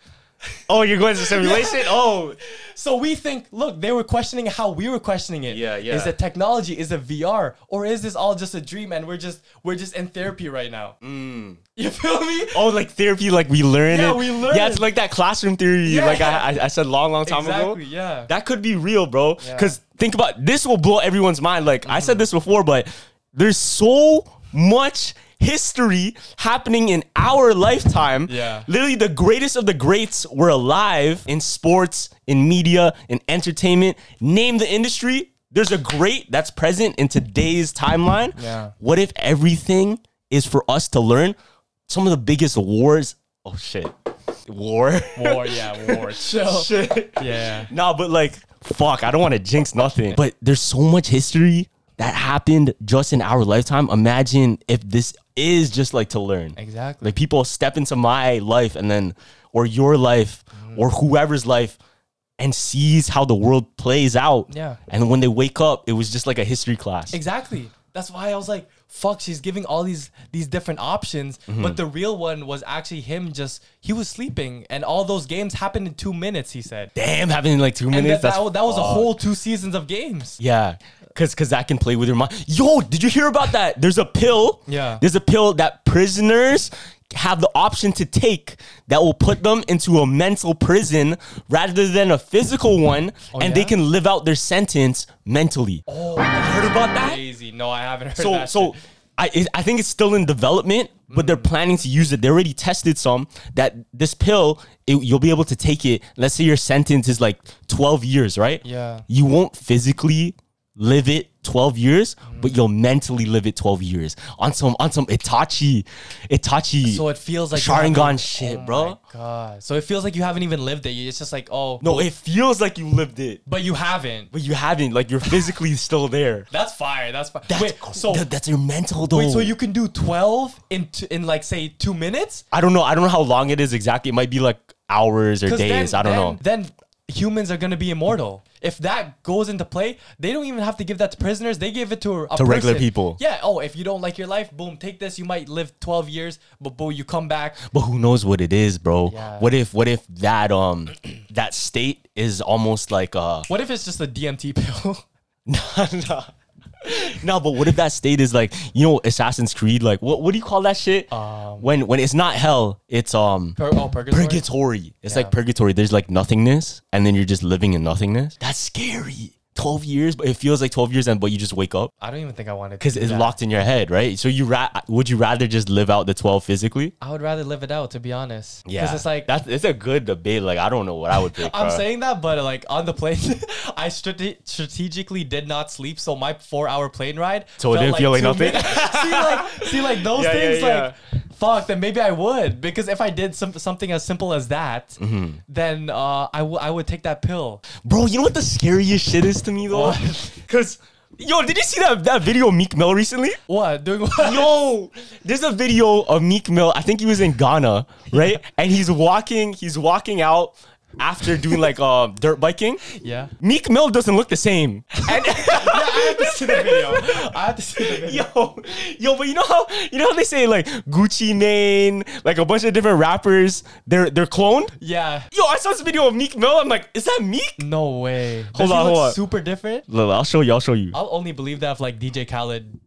Speaker 2: Oh, you're going to simulation? Oh,
Speaker 1: So we think, look, they were questioning how we were questioning it.
Speaker 2: Yeah, yeah.
Speaker 1: Is it technology? Is it VR? Or is this all just a dream and we're just we're just in therapy right now?
Speaker 2: Mm.
Speaker 1: You feel me?
Speaker 2: oh, like therapy, like we learn
Speaker 1: Yeah,
Speaker 2: it.
Speaker 1: we learn
Speaker 2: Yeah, it's
Speaker 1: it.
Speaker 2: like that classroom theory,
Speaker 1: Yeah.
Speaker 2: like I, I, I said long, long time ago.
Speaker 1: Exactly, yeah.
Speaker 2: That could be real, bro. Because think about this will blow everyone's mind. Like I said this before, but there's so much history happening in our lifetime.
Speaker 1: Yeah.
Speaker 2: Literally, the greatest of the greats were alive in sports, in media, in entertainment. Name the industry. There's a great that's present in today's timeline.
Speaker 1: Yeah.
Speaker 2: What if everything is for us to learn? Some of the biggest wars. Oh shit. War.
Speaker 1: War, yeah, war. Chill.
Speaker 2: shit.
Speaker 1: Yeah.
Speaker 2: Nah, but like, fuck, I don't want to jinx nothing. But there's so much history that happened just in our lifetime. Imagine if this is just like to learn.
Speaker 1: Exactly.
Speaker 2: Like people step into my life and then, or your life,
Speaker 1: Mm.
Speaker 2: or whoever's life, and sees how the world plays out.
Speaker 1: Yeah.
Speaker 2: And when they wake up, it was just like a history class.
Speaker 1: Exactly. That's why I was like, fuck, she's giving all these these different options.
Speaker 2: Mm-hmm.
Speaker 1: But the real one was actually him just he was sleeping and all those games happened in two minutes, he said.
Speaker 2: Damn, having like two
Speaker 1: And
Speaker 2: minutes.
Speaker 1: that, that,
Speaker 2: that's
Speaker 1: wa- that was a
Speaker 2: fucked.
Speaker 1: whole two seasons of games.
Speaker 2: Yeah. Cause, cause that can play with your mind. Yo, did you hear about that? There's a pill.
Speaker 1: Yeah.
Speaker 2: There's a pill that prisoners have the option to take that will put them into a mental prison rather than a physical one, and they
Speaker 1: Oh, yeah?
Speaker 2: can live out their sentence mentally. Oh, you heard about that?
Speaker 1: Crazy. No, I haven't heard
Speaker 2: so
Speaker 1: that.
Speaker 2: so
Speaker 1: shit.
Speaker 2: I, it- I think it's still in development, but they're
Speaker 1: Mm.
Speaker 2: planning to use it. They already tested some that this pill, it, you'll be able to take it. Let's say your sentence is like 12 years, right?
Speaker 1: Yeah.
Speaker 2: You won't physically live it 12 years,
Speaker 1: Mm.
Speaker 2: but you'll mentally live it 12 years on some on some Itachi Itachi
Speaker 1: So it feels like you haven't-
Speaker 2: Sharingan shit,
Speaker 1: Oh
Speaker 2: bro.
Speaker 1: my God. So it feels like you haven't even lived it. It's just like, oh,
Speaker 2: No, it feels like you lived it,
Speaker 1: but you haven't.
Speaker 2: but you haven't. Like you're physically still there.
Speaker 1: That's fire. That's fire.
Speaker 2: That's
Speaker 1: wait,
Speaker 2: cr-
Speaker 1: so
Speaker 2: that- that's your mental though.
Speaker 1: wait, so you can do twelve in t- in like say two minutes?
Speaker 2: I don't know. I don't know how long it is exactly. It might be like hours or
Speaker 1: 'Cause
Speaker 2: days.
Speaker 1: then-
Speaker 2: I don't
Speaker 1: then-
Speaker 2: know.
Speaker 1: Then humans are gonna be immortal. If that goes into play, they don't even have to give that to prisoners. They give it to a
Speaker 2: To regular
Speaker 1: person.
Speaker 2: people.
Speaker 1: Yeah. Oh, if you don't like your life, boom, take this. You might live twelve years, but boom, you come back.
Speaker 2: but who knows what it is, bro?
Speaker 1: Yeah.
Speaker 2: What if what if that um that state is almost like uh
Speaker 1: What if it's just a DMT pill?
Speaker 2: no. No, but what if that state is like you know Assassin's Creed? Like what what do you call that shit? when when it's not hell, it's um
Speaker 1: Pur- oh, Um, purgatory.
Speaker 2: purgatory. It's like purgatory. There's like nothingness, and then you're just living in nothingness. That's scary. Twelve years, but it feels like twelve years, and but you just wake up.
Speaker 1: I don't even think I wanted
Speaker 2: because it's locked in your head, right? So you ra- would you rather just live out the twelve physically?
Speaker 1: I would rather live it out, to be honest. Because it's like
Speaker 2: that's it's a good debate. Like I don't know what I would pick.
Speaker 1: I'm
Speaker 2: bro.
Speaker 1: saying that, but like on the plane, I strate- strategically did not sleep, so my four-hour plane ride.
Speaker 2: So it
Speaker 1: felt
Speaker 2: didn't feel like
Speaker 1: two
Speaker 2: nothing?
Speaker 1: minutes. see, like, see, like those
Speaker 2: Yeah, yeah,
Speaker 1: things, like, fuck. Then maybe I would, because if I did some something as simple as that,
Speaker 2: Mm-hmm.
Speaker 1: then uh, I wou- I would take that pill.
Speaker 2: bro, you know what the scariest shit is to me though? Because yo, did you see that that video of Meek Mill recently?
Speaker 1: What doing what?
Speaker 2: Yo, there's a video of Meek Mill. I think he was in Ghana, right? And he's walking, he's walking out after doing like uh, dirt biking.
Speaker 1: Yeah.
Speaker 2: Meek Mill doesn't look the same. And
Speaker 1: I have to see the video. I have to see the video.
Speaker 2: yo, yo, but you know how you know how they say like Gucci Mane, like a bunch of different rappers, they're they're cloned.
Speaker 1: Yeah.
Speaker 2: Yo, I saw this video of Meek Mill. I'm like, is that Meek?
Speaker 1: No way. Does
Speaker 2: Hold
Speaker 1: he
Speaker 2: on,
Speaker 1: look
Speaker 2: hold on.
Speaker 1: Super different.
Speaker 2: Look, I'll show you. I'll show you.
Speaker 1: I'll only believe that if like DJ Khaled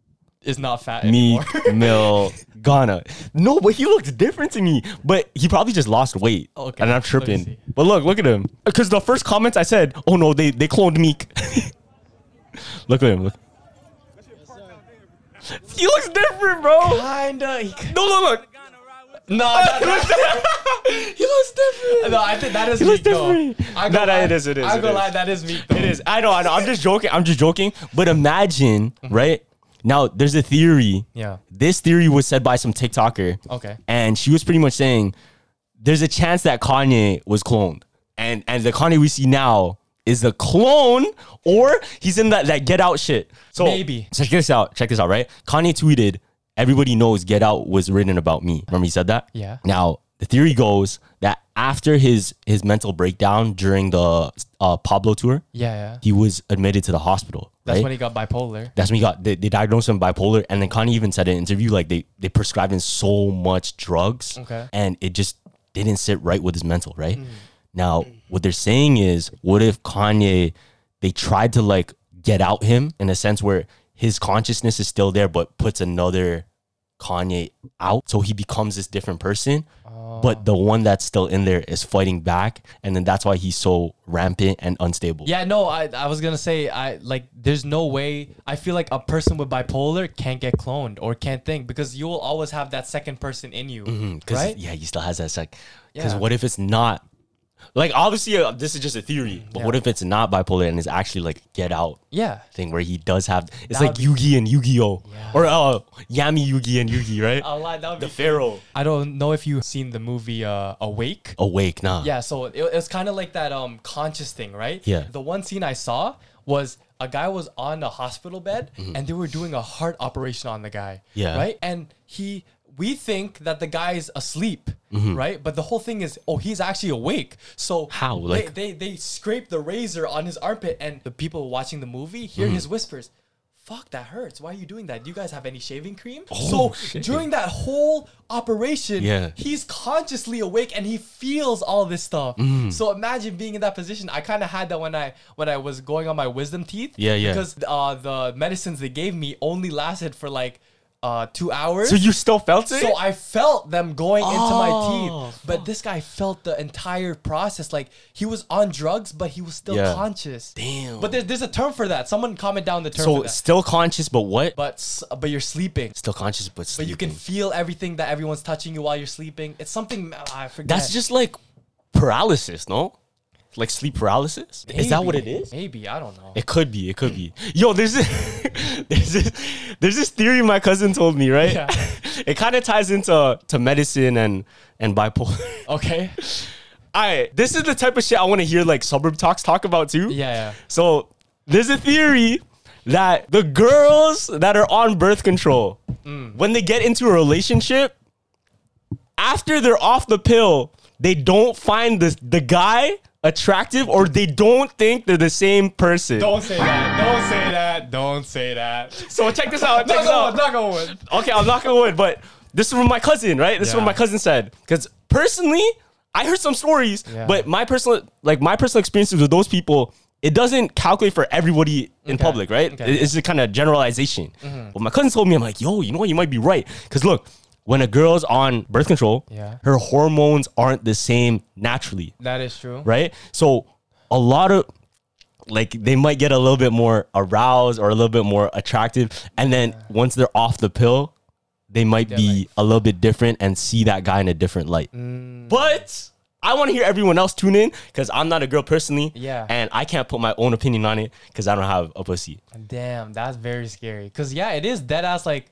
Speaker 1: is not fat
Speaker 2: Meek
Speaker 1: anymore.
Speaker 2: Mill Ghana. No, but he looks different to me. But he probably just lost weight.
Speaker 1: Okay,
Speaker 2: And I'm
Speaker 1: let me
Speaker 2: tripping.
Speaker 1: see.
Speaker 2: But look, look at him. Because the first comments I said, oh no, they they cloned Meek. look at him. Look. He looks different, bro.
Speaker 1: Kinda. uh, He,
Speaker 2: No, look, look.
Speaker 1: no, no, no.
Speaker 2: He looks different.
Speaker 1: No, I think that is
Speaker 2: He looks
Speaker 1: Meek. though.
Speaker 2: different.
Speaker 1: I
Speaker 2: No,
Speaker 1: go
Speaker 2: no,
Speaker 1: lie-
Speaker 2: it is, it is,
Speaker 1: I
Speaker 2: it
Speaker 1: go
Speaker 2: is.
Speaker 1: lie, that is Meek. though.
Speaker 2: It is. I know. I know. I'm just joking. I'm just joking. But imagine, right? Now, there's a theory.
Speaker 1: Mm-hmm. Yeah.
Speaker 2: This theory was said by some TikToker.
Speaker 1: Okay.
Speaker 2: And she was pretty much saying there's a chance that Kanye was cloned. And and the Kanye we see now is a clone or he's in that, that get out shit. So
Speaker 1: Maybe.
Speaker 2: So check this out. Check this out, right? Kanye tweeted, everybody knows get out was written about me. Remember he said that?
Speaker 1: Yeah.
Speaker 2: Now, the theory goes that after his his mental breakdown during the uh, Pablo tour,
Speaker 1: Yeah, yeah.
Speaker 2: he was admitted to the hospital.
Speaker 1: That's
Speaker 2: right?
Speaker 1: when he got bipolar.
Speaker 2: That's when he got they, they diagnosed him bipolar, and then Kanye even said in an interview like they they prescribed him so much drugs,
Speaker 1: Okay.
Speaker 2: and it just didn't sit right with his mental, right? Now, what they're saying is, what if Kanye, they tried to like get out him in a sense where his consciousness is still there, but puts another Kanye out. So he becomes this different person. But the one that's still in there is fighting back. And then that's why he's so rampant and unstable.
Speaker 1: Yeah, no, I, I was gonna say I like there's no way I feel like a person with bipolar can't get cloned or can't think because you will always have that second person in you.
Speaker 2: Mm-hmm, Cause
Speaker 1: right?
Speaker 2: yeah, he still has that sec. Because
Speaker 1: Yeah.
Speaker 2: what if it's not? Like obviously, uh, this is just a theory. But what if it's not bipolar and it's actually like get out
Speaker 1: Yeah.
Speaker 2: thing where he does have? It's
Speaker 1: That
Speaker 2: like
Speaker 1: would be-
Speaker 2: Yugi and Yu-Gi-Oh, or uh, Yami Yugi and Yugi, right?
Speaker 1: I'll lie, that would
Speaker 2: the
Speaker 1: be-
Speaker 2: Pharaoh
Speaker 1: I don't know if you've seen the movie uh, Awake.
Speaker 2: awake now.
Speaker 1: Yeah, so it, it was kind of like that um conscious thing, right?
Speaker 2: Yeah.
Speaker 1: The one scene I saw was a guy was on a hospital bed and they were doing a heart operation on the guy.
Speaker 2: Mm-hmm. Yeah.
Speaker 1: Right? And he we think that the guy's asleep, right? But the whole thing is, oh, he's actually awake. So
Speaker 2: Mm-hmm. How?
Speaker 1: they-
Speaker 2: Like-
Speaker 1: they, they scrape the razor on his armpit and the people watching the movie hear
Speaker 2: Mm-hmm.
Speaker 1: his whispers. Fuck, that hurts. Why are you doing that? Do you guys have any shaving cream? so during that whole operation,
Speaker 2: Oh, Yeah.
Speaker 1: he's consciously awake and he feels all this stuff.
Speaker 2: Mm.
Speaker 1: So imagine being in that position. I kind of had that when I when I was going on my wisdom teeth.
Speaker 2: Yeah, yeah.
Speaker 1: Because uh, the medicines they gave me only lasted for like uh, two hours.
Speaker 2: So you still felt it?
Speaker 1: So I felt them going into my teeth, but this guy felt the entire process. Like he was on drugs, but he was still
Speaker 2: Yeah.
Speaker 1: conscious.
Speaker 2: Damn.
Speaker 1: But there's, there's a term for that. Someone comment down the term.
Speaker 2: So
Speaker 1: for that.
Speaker 2: still conscious, but what?
Speaker 1: but s- but you're sleeping.
Speaker 2: still conscious, but
Speaker 1: But you can
Speaker 2: sleeping.
Speaker 1: feel everything that everyone's touching you while you're sleeping. It's something ah, I forget.
Speaker 2: That's just like paralysis, no? Like sleep paralysis. Is that what it
Speaker 1: Maybe.
Speaker 2: is?
Speaker 1: Maybe I don't know.
Speaker 2: It could be. It could be. Yo, there's this, there's this, there's this theory my cousin told me. Right?
Speaker 1: Yeah.
Speaker 2: it kind of ties into to medicine and and bipolar.
Speaker 1: Okay.
Speaker 2: All right, this is the type of shit I want to hear like suburb talks talk about too.
Speaker 1: Yeah, yeah.
Speaker 2: So there's a theory that the girls that are on birth control,
Speaker 1: Mm.
Speaker 2: when they get into a relationship, after they're off the pill, they don't find the the guy attractive or they don't think they're the same person.
Speaker 1: say that. Don't say that. Don't say that.
Speaker 2: So check this out. Check this out. okay, I'm not gonna wood, but this is from my cousin, right? This is what
Speaker 1: Yeah.
Speaker 2: my cousin said. Because personally, I heard some stories,
Speaker 1: Yeah.
Speaker 2: but my personal like my personal experiences with those people, it doesn't calculate for everybody in public, right?
Speaker 1: Okay. Mm-hmm.
Speaker 2: It- It's a kind of generalization. But my cousin told me, I'm like, yo, you know what? You might be right. Because look, when a girl's on birth control,
Speaker 1: Yeah.
Speaker 2: her hormones aren't the same naturally
Speaker 1: That is true.
Speaker 2: right? So a lot of like they might get a little bit more aroused or a little bit more attractive, and then once they're off the pill, they might be a little bit different and see that guy in a different light.
Speaker 1: Mm.
Speaker 2: But I want to hear everyone else tune in because I'm not a girl personally,
Speaker 1: Yeah.
Speaker 2: and I can't put my own opinion on it because I don't have a pussy.
Speaker 1: Damn, that's very scary. Cause yeah, it is dead ass like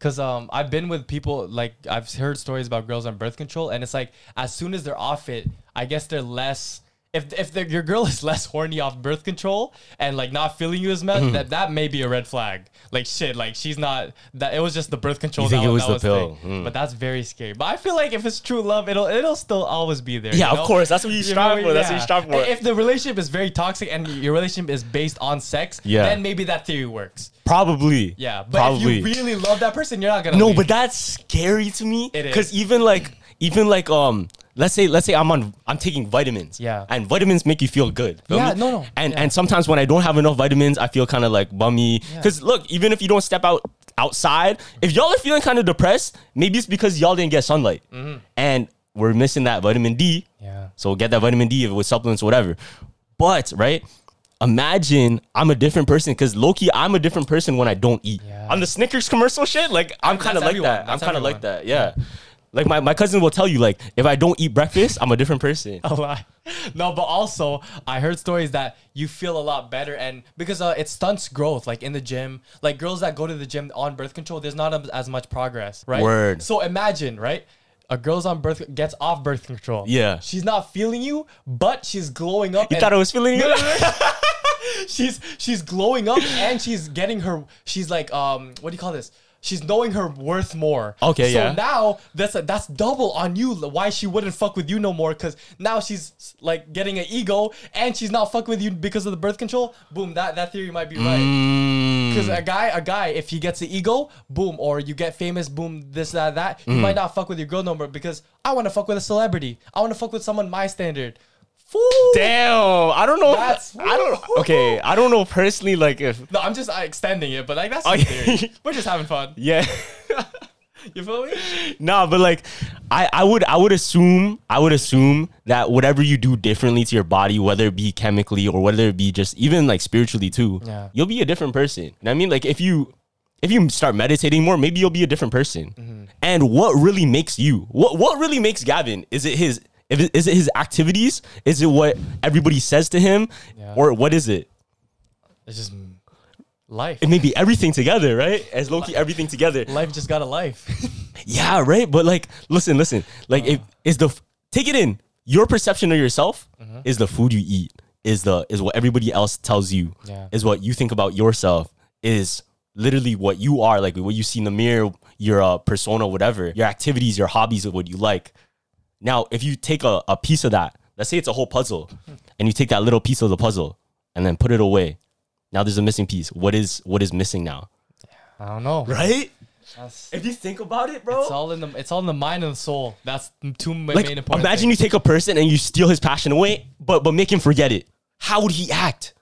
Speaker 1: cause um I've been with people like I've heard stories about girls on birth control and it's like as soon as they're off it, I guess they're less if, if the, your girl is less horny off birth control and like not feeling you as much,
Speaker 2: Mm-hmm.
Speaker 1: that that may be a red flag. Like shit, like she's not that. It was just the birth control.
Speaker 2: think
Speaker 1: that
Speaker 2: it was
Speaker 1: that
Speaker 2: the
Speaker 1: thing.
Speaker 2: pill. Mm.
Speaker 1: but that's very scary. But I feel like if it's true love, it'll it'll still always be there.
Speaker 2: Yeah,
Speaker 1: you
Speaker 2: of
Speaker 1: know?
Speaker 2: course. That's what you strive for. That's what you strive for.
Speaker 1: If the relationship is very toxic and your relationship is based on sex,
Speaker 2: Yeah.
Speaker 1: then maybe that theory works.
Speaker 2: Probably.
Speaker 1: Yeah, but if
Speaker 2: Probably.
Speaker 1: you really love that person, you're not gonna.
Speaker 2: No,
Speaker 1: leave.
Speaker 2: but that's scary to me.
Speaker 1: It is.
Speaker 2: Because even like, even like, um, let's say, let's say I'm on, I'm taking vitamins.
Speaker 1: Yeah.
Speaker 2: And vitamins make you feel good. feel
Speaker 1: Yeah,
Speaker 2: me?
Speaker 1: no, no,
Speaker 2: And
Speaker 1: yeah.
Speaker 2: and sometimes when I don't have enough vitamins, I feel kind of like bummy. Because look, even if you don't step out outside, if y'all are feeling kind of depressed, maybe it's because y'all didn't get sunlight, and we're missing that vitamin D.
Speaker 1: Mm-hmm. Yeah.
Speaker 2: So get that vitamin D if it was supplements, whatever. But right. Imagine I'm a different person because Loki, I'm a different person when I don't eat.
Speaker 1: Yeah.
Speaker 2: On the Snickers commercial shit, like I'm kind
Speaker 1: That's
Speaker 2: of like
Speaker 1: everyone.
Speaker 2: that. I'm
Speaker 1: That's
Speaker 2: kind of like
Speaker 1: everyone.
Speaker 2: that. Yeah. Like my, my cousin will tell you, like, if I don't eat breakfast, I'm a different person.
Speaker 1: a lot. No, but also I heard stories that you feel a lot better, and because uh, it stunts growth, like in the gym, like girls that go to the gym on birth control, there's not a- as much progress, right?
Speaker 2: Word.
Speaker 1: So imagine, right? A girl's on birth gets off birth control.
Speaker 2: Yeah.
Speaker 1: she's not feeling you, but she's glowing up.
Speaker 2: You
Speaker 1: and-
Speaker 2: thought I was feeling you?
Speaker 1: she's she's glowing up and she's getting her she's like um what do you call this she's knowing her worth more.
Speaker 2: Okay,
Speaker 1: so
Speaker 2: yeah.
Speaker 1: now that's a, that's double on you. l- Why she wouldn't fuck with you no more? Because now she's like getting an ego, and she's not fucking with you because of the birth control. Boom, that that theory might be
Speaker 2: Mm.
Speaker 1: right. Because a guy, a guy, if he gets an ego, boom, or you get famous, boom, this that that,
Speaker 2: Mm.
Speaker 1: you might not fuck with your girl no more. Because I want to fuck with a celebrity. I want to fuck with someone my standard. Fool.
Speaker 2: Damn, I don't know. If,
Speaker 1: That's-
Speaker 2: I don't. Okay, I don't know personally. Like if
Speaker 1: No, I'm just uh, extending it, but like that's
Speaker 2: Oh,
Speaker 1: the
Speaker 2: yeah.
Speaker 1: theory. We're just having fun.
Speaker 2: yeah,
Speaker 1: You feel me?
Speaker 2: nah, but like I, I would, I would assume, I would assume that whatever you do differently to your body, whether it be chemically or whether it be just even like spiritually too,
Speaker 1: Yeah.
Speaker 2: you'll be a different person. You know what I mean, like if you. If you start meditating more, maybe you'll be a different person. And what really makes you? What what really makes Gavin? Is it his? If it, is it his activities? Is it what everybody says to him, or what is it?
Speaker 1: It's just life.
Speaker 2: it may be everything together, right? As Loki, everything together.
Speaker 1: Life just got a life.
Speaker 2: Yeah, right. But like, listen, listen. Like,
Speaker 1: Uh-huh.
Speaker 2: if is the f- take it in your perception of yourself
Speaker 1: Uh-huh.
Speaker 2: is the food you eat, is the is what everybody else tells you,
Speaker 1: Yeah.
Speaker 2: is what you think about yourself, is literally what you are, like what you see in the mirror, your uh, persona, whatever, your activities, your hobbies, what you like. Now, if you take a, a piece of that, let's say it's a whole puzzle, and you take that little piece of the puzzle and then put it away. Now there's a missing piece. What is what is missing now?
Speaker 1: I don't know.
Speaker 2: Right?
Speaker 1: That's-
Speaker 2: If you think about it, bro.
Speaker 1: It's all in the it's all in the mind and the soul. That's m- two ma-
Speaker 2: like,
Speaker 1: main important.
Speaker 2: imagine you take a person and you steal his passion away, but but make him forget it. How would he act?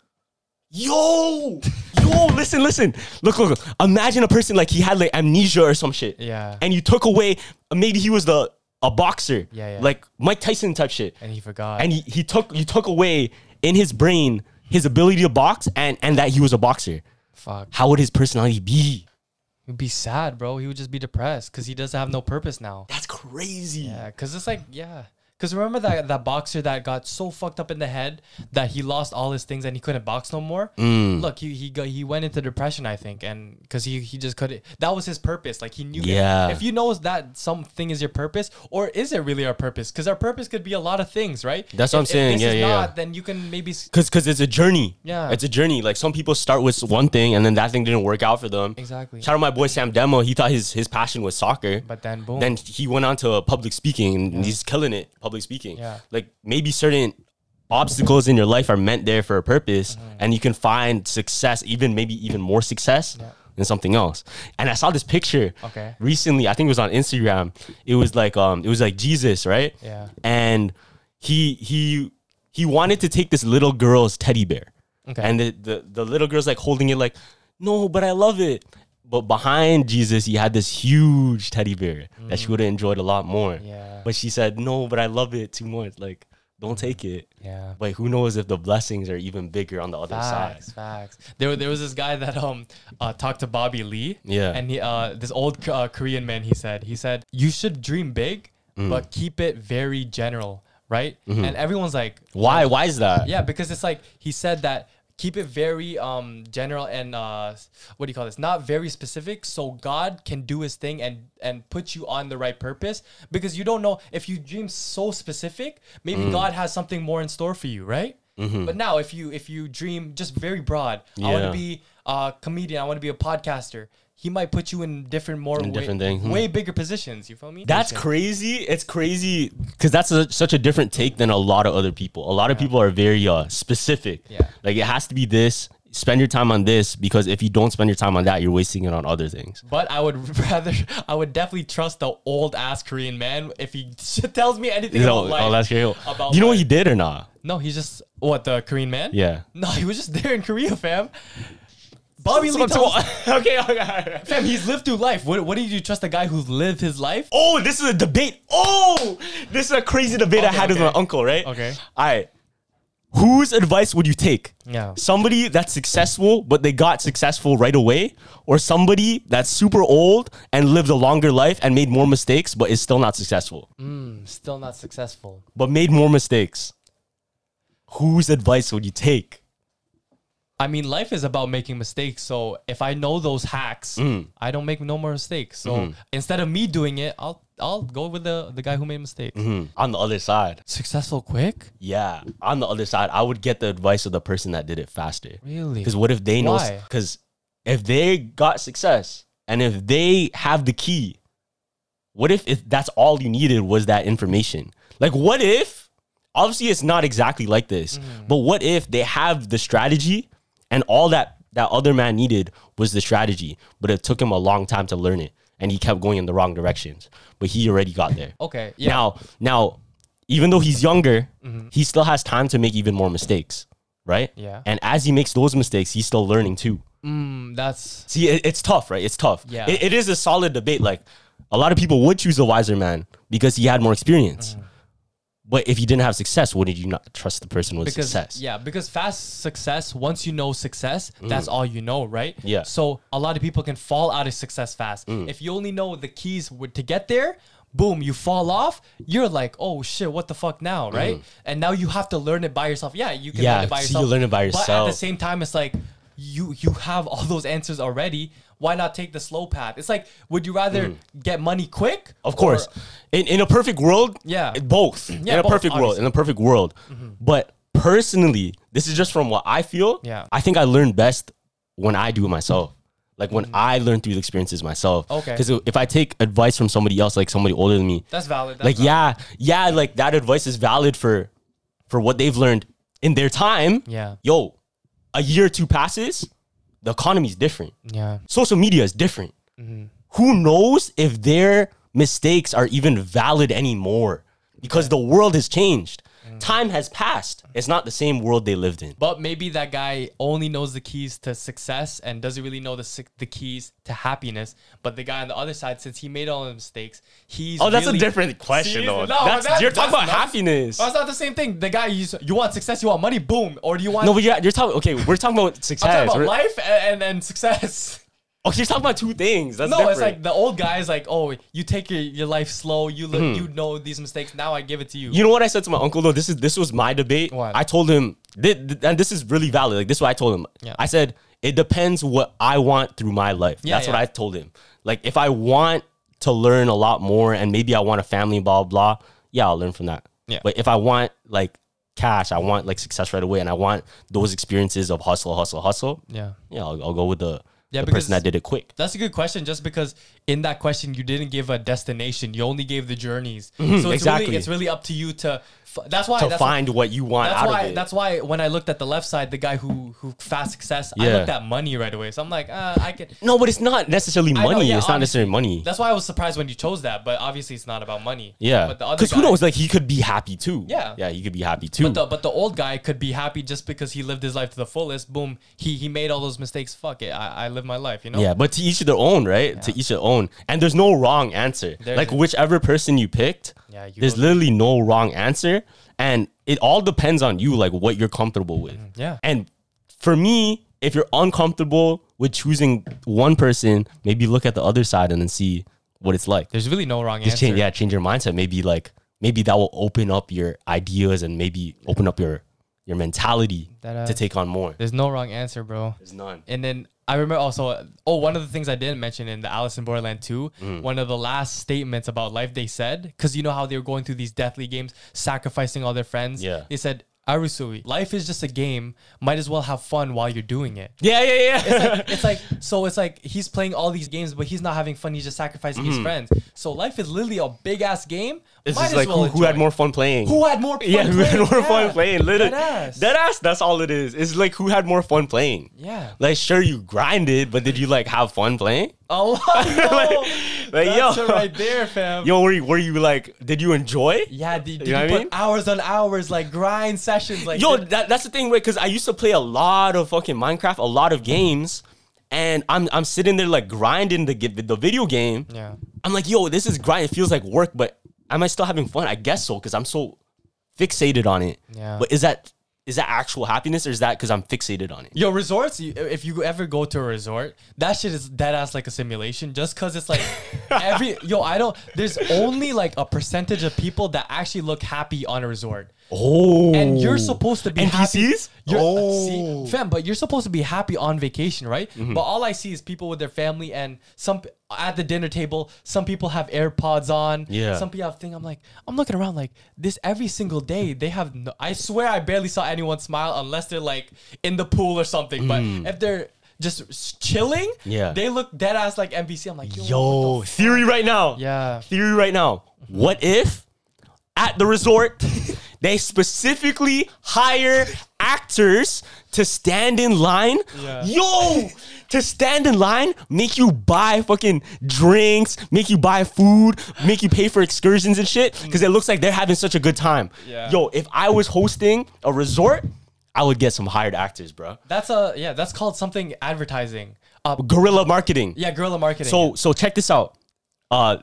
Speaker 2: Yo, yo, listen, listen. Look, look, look. Imagine a person like he had like amnesia or some shit.
Speaker 1: Yeah.
Speaker 2: And you took away. Maybe he was the a boxer.
Speaker 1: Yeah, yeah.
Speaker 2: Like Mike Tyson type shit.
Speaker 1: and he forgot.
Speaker 2: And he, he took you took away in his brain his ability to box and and that he was a boxer.
Speaker 1: fuck.
Speaker 2: How would his personality be?
Speaker 1: He'd be sad, bro. He would just be depressed because he doesn't have no purpose now.
Speaker 2: That's crazy.
Speaker 1: Yeah, because it's like yeah. Because remember that that boxer that got so fucked up in the head that he lost all his things and he couldn't box no more.
Speaker 2: Mm.
Speaker 1: Look, he he got, he went into depression, I think, and because he he just couldn't. That was his purpose. Like he knew. if-
Speaker 2: Yeah.
Speaker 1: If you know that something is your purpose, or is it really our purpose? Because our purpose could be a lot of things, right?
Speaker 2: That's what I'm
Speaker 1: If- if
Speaker 2: saying,
Speaker 1: this
Speaker 2: yeah,
Speaker 1: is
Speaker 2: yeah, yeah.
Speaker 1: not, Then you can maybe. s-
Speaker 2: Cause, cause it's a journey.
Speaker 1: Yeah.
Speaker 2: it's a journey. Like some people start with one thing and then that thing didn't work out for them.
Speaker 1: Exactly.
Speaker 2: Shout out my boy Sam Demo. He thought his his passion was soccer,
Speaker 1: But then, boom.
Speaker 2: Then he went on to public speaking and he's killing it. Public speaking.
Speaker 1: Yeah.
Speaker 2: Like maybe certain obstacles in your life are meant there for a purpose,
Speaker 1: Mm-hmm.
Speaker 2: and you can find success, even maybe even more success. In something else, and I saw this picture
Speaker 1: Okay.
Speaker 2: recently. I think it was on Instagram. It was like um, it was like Jesus, right?
Speaker 1: Yeah.
Speaker 2: and he he he wanted to take this little girl's teddy bear
Speaker 1: Okay.
Speaker 2: and the, the the little girl's like holding it like no but i love it but behind jesus he had this huge teddy bear that she would have enjoyed a lot more
Speaker 1: Mm. Yeah.
Speaker 2: but she said no but i love it too much like don't take it
Speaker 1: Yeah.
Speaker 2: but who knows if the blessings are even bigger on the other
Speaker 1: Facts,
Speaker 2: side
Speaker 1: facts. There, there was this guy that um uh, talked to Bobby Lee.
Speaker 2: Yeah.
Speaker 1: And he, uh, this old uh, Korean man, he said, he said, you should dream big,
Speaker 2: Mm.
Speaker 1: but keep it very general, right?
Speaker 2: Mm-hmm.
Speaker 1: And everyone's like,
Speaker 2: why why is that
Speaker 1: yeah, because it's like he said that keep it very um general and uh what do you call this? Not very specific, so God can do His thing and and put you on the right purpose. Because you don't know if you dream so specific, maybe
Speaker 2: Mm-hmm.
Speaker 1: God has something more in store for you, right? But now if you if you dream just very broad, I want to
Speaker 2: Yeah.
Speaker 1: be a comedian, I want to be a podcaster. He might put you in different, more way,
Speaker 2: different things. Mm-hmm.
Speaker 1: way bigger positions. You feel me?
Speaker 2: That's
Speaker 1: crazy.
Speaker 2: crazy. It's crazy because that's a, such a different take than a lot of other people. A lot of people are very uh, specific.
Speaker 1: Yeah.
Speaker 2: Like it has to be this. Spend your time on this because if you don't spend your time on that, you're wasting it on other things.
Speaker 1: But I would rather, I would definitely trust the old ass Korean man if he tells me anything
Speaker 2: You know,
Speaker 1: about life.
Speaker 2: oh, that's real.
Speaker 1: About
Speaker 2: You know what
Speaker 1: life.
Speaker 2: he did or not?
Speaker 1: No, he's just what the Korean man.
Speaker 2: Yeah.
Speaker 1: No, he was just there in Korea, fam. Bobby
Speaker 2: So-
Speaker 1: Lee,
Speaker 2: so-
Speaker 1: tells,
Speaker 2: okay, okay, okay.
Speaker 1: fam, he's lived through life. What, what do you trust a guy who's lived his life?
Speaker 2: Oh, this is a debate. Oh, this is a crazy debate I
Speaker 1: Okay,
Speaker 2: had
Speaker 1: okay.
Speaker 2: with my uncle, right?
Speaker 1: Okay.
Speaker 2: All right. Whose advice would you take?
Speaker 1: Yeah.
Speaker 2: Somebody that's successful, but they got successful right away, or somebody that's super old and lived a longer life and made more mistakes, but is still not successful,
Speaker 1: Still not successful.
Speaker 2: but made more mistakes? Whose advice would you take?
Speaker 1: I mean, life is about making mistakes. So if I know those hacks,
Speaker 2: Mm.
Speaker 1: I don't make no more mistakes. So
Speaker 2: Mm-hmm.
Speaker 1: instead of me doing it, I'll I'll go with the the guy who made mistakes.
Speaker 2: Hmm. On the other side.
Speaker 1: Successful quick.
Speaker 2: Yeah, on the other side, I would get the advice of the person that did it faster.
Speaker 1: Really?
Speaker 2: Because what if they know?
Speaker 1: Why?
Speaker 2: Because if they got success And if they have the key, what if, if that's all you needed was that information? Like, what if, obviously, it's not exactly like this, but what if they have the strategy and all that that other man needed was the strategy, but it took him a long time to learn it and he kept going in the wrong directions, but he already got there.
Speaker 1: Okay, yeah. Mm-hmm.
Speaker 2: Now, now, even though he's younger, he still has time to make even more mistakes, right?
Speaker 1: Yeah.
Speaker 2: And as he makes those mistakes, he's still learning too.
Speaker 1: Mm, That's
Speaker 2: See, it, it's tough, right? It's tough.
Speaker 1: Yeah.
Speaker 2: It, it is a solid debate. Like, a lot of people would choose a wiser man because he had more experience.
Speaker 1: Mm.
Speaker 2: But if he didn't have success, would you not trust the person with
Speaker 1: because
Speaker 2: success? Mm.
Speaker 1: yeah, because fast success. Once you know success, that's all you know, right?
Speaker 2: Yeah. Mm.
Speaker 1: So a lot of people can fall out of success fast. If you only know the keys w- to get there, boom, you fall off. You're like, oh shit, what the fuck now, right? And now you have to learn it by yourself. Yeah, you can
Speaker 2: Mm. Yeah,
Speaker 1: learn it by
Speaker 2: so you
Speaker 1: yourself.
Speaker 2: learn it by
Speaker 1: But at the
Speaker 2: yourself.
Speaker 1: same time, it's like you you have all those answers already. Why not take the slow path? It's like, would you rather get money quick?
Speaker 2: Mm. Of course.
Speaker 1: or-
Speaker 2: in, in a perfect world,
Speaker 1: Yeah.
Speaker 2: it- both. in a
Speaker 1: both, Mm-hmm.
Speaker 2: perfect world, in a perfect world. But personally, this is just from what I feel.
Speaker 1: Yeah.
Speaker 2: I think I learn best when I do it myself. Like when I learn through the experiences myself.
Speaker 1: Mm-hmm. Okay.
Speaker 2: Because if I take advice from somebody else, like somebody older than me,
Speaker 1: that's valid. That's
Speaker 2: like
Speaker 1: valid.
Speaker 2: yeah, yeah, like that advice is valid for for what they've learned in their time.
Speaker 1: Yeah.
Speaker 2: Yo, a year or two passes, the economy's different
Speaker 1: yeah.
Speaker 2: social media is different. Who knows if their mistakes are even valid anymore? Because the world has changed. Time has passed. It's not the same world they lived in.
Speaker 1: But maybe that guy only knows the keys to success and doesn't really know the sec- the keys to happiness. But the guy on the other side, since he made all the mistakes, he's
Speaker 2: Oh, that's
Speaker 1: really-
Speaker 2: a different question,
Speaker 1: See?
Speaker 2: though.
Speaker 1: No,
Speaker 2: that's,
Speaker 1: that-
Speaker 2: you're talking
Speaker 1: that's
Speaker 2: about
Speaker 1: not-
Speaker 2: happiness.
Speaker 1: Oh, it's not the same thing. The guy, you, you want success, you want money, boom, or do you want?
Speaker 2: no, but you're, you're talking. Okay, we're talking about
Speaker 1: I'm
Speaker 2: success.
Speaker 1: talking about
Speaker 2: We're-
Speaker 1: life and, and, and success.
Speaker 2: okay, you're talking about two things. That's
Speaker 1: No,
Speaker 2: different.
Speaker 1: it's like the old guy is like, oh, you take your, your life slow. You look, you know these mistakes. Now I give it to you.
Speaker 2: Mm-hmm. You know what I said to my uncle though? This is this was my debate.
Speaker 1: What?
Speaker 2: I told him, thi- thi- and this is really valid. Like this is what I told him.
Speaker 1: Yeah.
Speaker 2: I said it depends what I want through my life.
Speaker 1: Yeah,
Speaker 2: That's
Speaker 1: yeah.
Speaker 2: what I told him. Like if I want to learn a lot more and maybe I want a family, blah blah. blah, Yeah, I'll learn from that.
Speaker 1: Yeah.
Speaker 2: But if I want like cash, I want like success right away, and I want those experiences of hustle, hustle, hustle.
Speaker 1: yeah.
Speaker 2: Yeah, I'll, I'll go with the,
Speaker 1: Yeah,
Speaker 2: the
Speaker 1: because-
Speaker 2: person that did it quick.
Speaker 1: That's a good question. Just because in that question you didn't give a destination, you only gave the journeys. so it's really
Speaker 2: Mm-hmm. exactly.
Speaker 1: it's really up to you to. F- that's why
Speaker 2: To
Speaker 1: that's
Speaker 2: find
Speaker 1: Why,
Speaker 2: what you want
Speaker 1: that's
Speaker 2: out
Speaker 1: why
Speaker 2: of it.
Speaker 1: that's why when I looked at the left side, the guy who who fast success, I
Speaker 2: Yeah.
Speaker 1: looked at money right away. So I'm like, uh, I could.
Speaker 2: no, but it's not necessarily
Speaker 1: I know,
Speaker 2: money.
Speaker 1: yeah,
Speaker 2: it's not
Speaker 1: obviously.
Speaker 2: necessarily money.
Speaker 1: That's why I was surprised when you chose that, but obviously it's not about money.
Speaker 2: Yeah,
Speaker 1: but the other
Speaker 2: because who
Speaker 1: guy-
Speaker 2: knows? Like he could be happy too.
Speaker 1: Yeah.
Speaker 2: yeah, he could be happy too.
Speaker 1: But the, but the old guy could be happy just because he lived his life to the fullest. Boom, he he made all those mistakes. Fuck it, I, I live my life. You know.
Speaker 2: yeah, but to each their own, right? To each their own, and there's no wrong answer.
Speaker 1: There
Speaker 2: like
Speaker 1: isn't.
Speaker 2: whichever person you picked,
Speaker 1: Yeah, you
Speaker 2: there's
Speaker 1: will-
Speaker 2: literally no wrong answer, and it all depends on you, like what you're comfortable with.
Speaker 1: Mm, Yeah.
Speaker 2: and for me, if you're uncomfortable with choosing one person, maybe look at the other side and then see what it's like.
Speaker 1: There's really no wrong
Speaker 2: Just
Speaker 1: answer.
Speaker 2: change, yeah, change your mindset. Maybe like maybe that will open up your ideas and maybe open up your your mentality
Speaker 1: That, uh,
Speaker 2: to take on more.
Speaker 1: There's no wrong answer, bro.
Speaker 2: There's none.
Speaker 1: And then I remember also, oh, one of the things I didn't mention in the Alice in Borderland 2,
Speaker 2: Mm-hmm.
Speaker 1: one of the last statements about life they said, because you know how they were going through these deathly games, sacrificing all their friends.
Speaker 2: Yeah.
Speaker 1: They said, Arusui, life is just a game. Might as well have fun while you're doing it.
Speaker 2: Yeah, yeah, yeah.
Speaker 1: It's like, so it's like he's playing all these games, but he's not having fun. He's just sacrificing
Speaker 2: Mm-hmm.
Speaker 1: his friends. So life is literally a big ass game.
Speaker 2: It's
Speaker 1: Might
Speaker 2: just
Speaker 1: as
Speaker 2: like
Speaker 1: well
Speaker 2: who, who
Speaker 1: enjoy
Speaker 2: had
Speaker 1: it.
Speaker 2: more fun playing.
Speaker 1: Who had more fun
Speaker 2: yeah, who had
Speaker 1: playing?
Speaker 2: more fun
Speaker 1: Yeah.
Speaker 2: playing? Literally,
Speaker 1: Deadass.
Speaker 2: Deadass, That's all it is. It's like who had more fun playing.
Speaker 1: Yeah.
Speaker 2: Like sure you grinded, but did you like have fun playing?
Speaker 1: Oh, yo,
Speaker 2: like,
Speaker 1: that's
Speaker 2: yo.
Speaker 1: it right there, fam.
Speaker 2: Yo, were you, were you like? Did you enjoy?
Speaker 1: Yeah, did, did
Speaker 2: You
Speaker 1: you,
Speaker 2: know what I
Speaker 1: put
Speaker 2: mean?
Speaker 1: hours on hours like grind sessions like
Speaker 2: Yo,
Speaker 1: did-
Speaker 2: that, that's the thing, right? Because I used to play a lot of fucking Minecraft, a lot of games, and I'm I'm sitting there like grinding the gi- the video game.
Speaker 1: yeah,
Speaker 2: I'm like, yo, this is grind. It feels like work, but am I still having fun? I guess so, because I'm so fixated on it.
Speaker 1: Yeah.
Speaker 2: But is that is that actual happiness or is that because I'm fixated on it?
Speaker 1: yo resorts. you- If you ever go to a resort, that shit is dead ass like a simulation. Just cause it's like every yo, I don't. There's only like a percentage of people that actually look happy on a resort,
Speaker 2: Oh.
Speaker 1: and you're supposed to be
Speaker 2: NPCs?
Speaker 1: happy. You're,
Speaker 2: Oh. Mm-hmm.
Speaker 1: see, fam, but you're supposed to be happy on vacation, right? But all I see is people with their family and some at the dinner table. Some people have AirPods on.
Speaker 2: Yeah.
Speaker 1: Some people have thing. I'm like, I'm looking around like this every single day. They have. No, I swear, I barely saw anyone smile unless they're like in the pool or something. But if they're just s- chilling.
Speaker 2: Mm. Yeah.
Speaker 1: They look dead ass like NBC. I'm like, yo.
Speaker 2: Yo, theory right now.
Speaker 1: Yeah.
Speaker 2: Theory right now. What if at the resort they specifically hire actors to stand in line?
Speaker 1: Yeah.
Speaker 2: Yo, to stand in line, make you buy fucking drinks, make you buy food, make you pay for excursions and shit because it looks like they're having such a good time.
Speaker 1: Mm. Yeah.
Speaker 2: Yo, if I was hosting a resort, I would get some hired actors, bro.
Speaker 1: That's a yeah. That's called something advertising. Uh,
Speaker 2: Guerrilla marketing.
Speaker 1: yeah, guerrilla marketing.
Speaker 2: So so check this out. Uh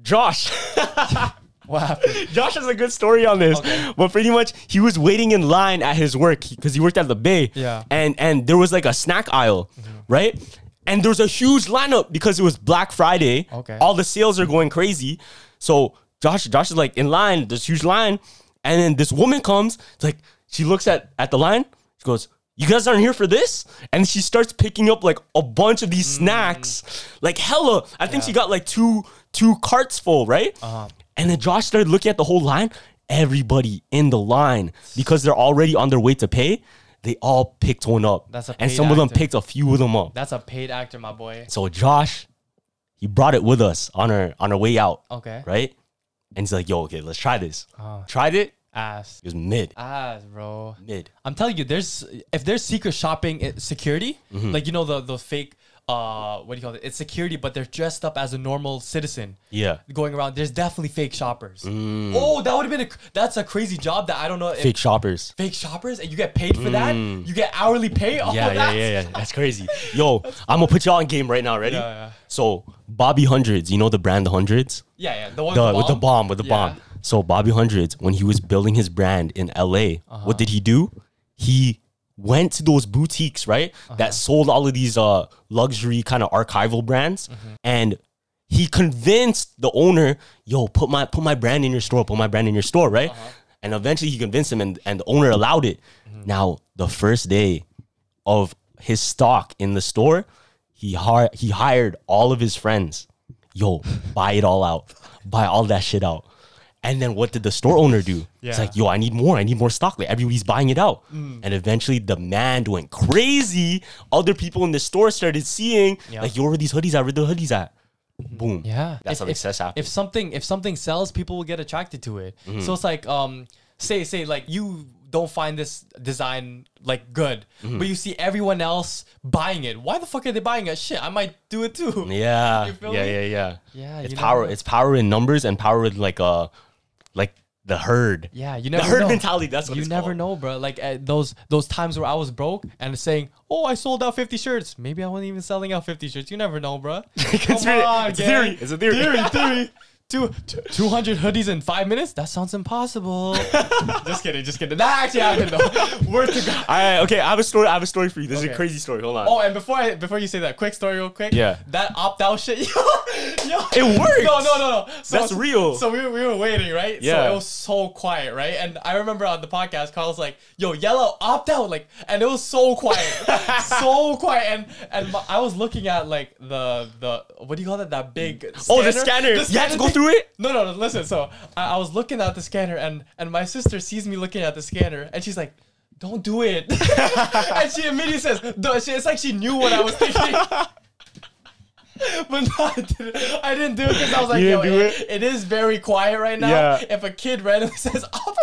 Speaker 2: Josh.
Speaker 1: what happened?
Speaker 2: Josh has a good story on this. But pretty much he was waiting in line at his work because he worked at the bay.
Speaker 1: Yeah. Mm-hmm.
Speaker 2: And and there was like a snack aisle, right? And there was a huge lineup because it was Black Friday.
Speaker 1: Okay.
Speaker 2: All the sales are going crazy. So Josh, Josh is like in line, this huge line. And then this woman comes, like she looks at at the line, she goes, You guys aren't here for this? And she starts picking up like a bunch of these
Speaker 1: Mm.
Speaker 2: snacks. Like hella. I think she got like two two carts full, right?
Speaker 1: Uh-huh.
Speaker 2: And then Josh started looking at the whole line. Everybody in the line, because they're already on their way to pay, they all picked one up.
Speaker 1: That's a
Speaker 2: and
Speaker 1: paid
Speaker 2: some of them
Speaker 1: actor.
Speaker 2: picked a few of them up.
Speaker 1: That's a paid actor, my boy.
Speaker 2: so Josh, he brought it with us on our on our way out.
Speaker 1: Okay.
Speaker 2: Right? And he's like, yo, okay, let's try this.
Speaker 1: Ah.
Speaker 2: Tried it.
Speaker 1: Ass.
Speaker 2: It was mid.
Speaker 1: Ass, bro.
Speaker 2: mid.
Speaker 1: I'm telling you, there's if there's secret shopping i- security,
Speaker 2: Mm-hmm.
Speaker 1: like you know the the fake uh what do you call it? It's security, but they're dressed up as a normal citizen.
Speaker 2: Yeah.
Speaker 1: Going around, there's definitely fake shoppers. Oh, that would have been a cr- that's a crazy job that I don't know. If,
Speaker 2: Mm. Fake shoppers.
Speaker 1: fake shoppers, and you get paid for that. You get hourly pay. Oh,
Speaker 2: Yeah, yeah,
Speaker 1: that's-
Speaker 2: yeah, yeah. That's crazy. Yo, I'm gonna put y'all in game right now. Ready?
Speaker 1: Yeah, yeah.
Speaker 2: So Bobby Hundreds, you know the brand the Hundreds?
Speaker 1: yeah, yeah. The one
Speaker 2: the, with the bomb, with the
Speaker 1: Yeah.
Speaker 2: bomb. So Bobby Hundreds, when he was building his brand in LA, what did he do? He went to those boutiques, right? That sold all of these uh luxury kind of archival brands. And he convinced the owner, yo, put my put my brand in your store, put my brand in your store, right? And eventually he convinced him and, and the owner allowed it. Now, the first day of his stock in the store, he har- he hired all of his friends. Yo, buy it all out. Buy all that shit out. And then what did the store owner do? It's
Speaker 1: Yeah. Mm.
Speaker 2: like, yo, I need more. I need more stock. Like everybody's buying it out. And eventually demand went crazy. Other people in the store started seeing, like, yo, where are these hoodies at? Where the hoodies at? Boom.
Speaker 1: Mm-hmm. Yeah,
Speaker 2: That's how success happens.
Speaker 1: If something if something sells, people will get attracted to it.
Speaker 2: Mm-hmm.
Speaker 1: So it's like um say say like you don't find this design like good,
Speaker 2: Mm-hmm.
Speaker 1: but you see everyone else buying it. Why the fuck are they buying it? Shit, I might do it too.
Speaker 2: Yeah,
Speaker 1: You feel
Speaker 2: yeah,
Speaker 1: me?
Speaker 2: yeah, yeah.
Speaker 1: Yeah,
Speaker 2: it's
Speaker 1: you
Speaker 2: power.
Speaker 1: never-
Speaker 2: It's power in numbers and power in like uh, like the herd.
Speaker 1: Yeah, you never
Speaker 2: the herd
Speaker 1: know.
Speaker 2: mentality. That's what
Speaker 1: you
Speaker 2: it's
Speaker 1: never
Speaker 2: called.
Speaker 1: know, bro. Like at those those times where I was broke and saying, "Oh, I sold out 50 shirts." Maybe I wasn't even selling out 50 shirts. You never know, bro. Come
Speaker 2: It's really-
Speaker 1: on,
Speaker 2: it's a theory.
Speaker 1: gang.
Speaker 2: It's a eh? theory.
Speaker 1: Theory, theory. Two, t- 200 hoodies in five minutes? That sounds impossible. just kidding, just kidding. That actually happened though. Word to God.
Speaker 2: All right, okay. I have a story. I have a story for you. This is
Speaker 1: Okay.
Speaker 2: a crazy story. Hold on.
Speaker 1: Oh, and before I before you say that, quick story, real quick.
Speaker 2: Yeah.
Speaker 1: That opt out shit, yo, yo,
Speaker 2: It works.
Speaker 1: No, no, no, no. So,
Speaker 2: That's real.
Speaker 1: So we, were- we were waiting, right?
Speaker 2: Yeah.
Speaker 1: So it was so quiet, right? And I remember on the podcast, Carl's like, "Yo, yellow opt out," like, and it was so quiet, so quiet, and and my- I was looking at like the the what do you call that? That big
Speaker 2: Oh, the scanner. You had to go through it?
Speaker 1: No, no, no. Listen, so I, I was looking at the scanner, and and my sister sees me looking at the scanner, and she's like. Don't do it. and she immediately says, "Duh," she, it's like she knew what I was thinking. but no, I didn't, I didn't do it because I was like,
Speaker 2: You
Speaker 1: yo,
Speaker 2: didn't do
Speaker 1: it- it is very quiet right now.
Speaker 2: Yeah.
Speaker 1: If a kid randomly says up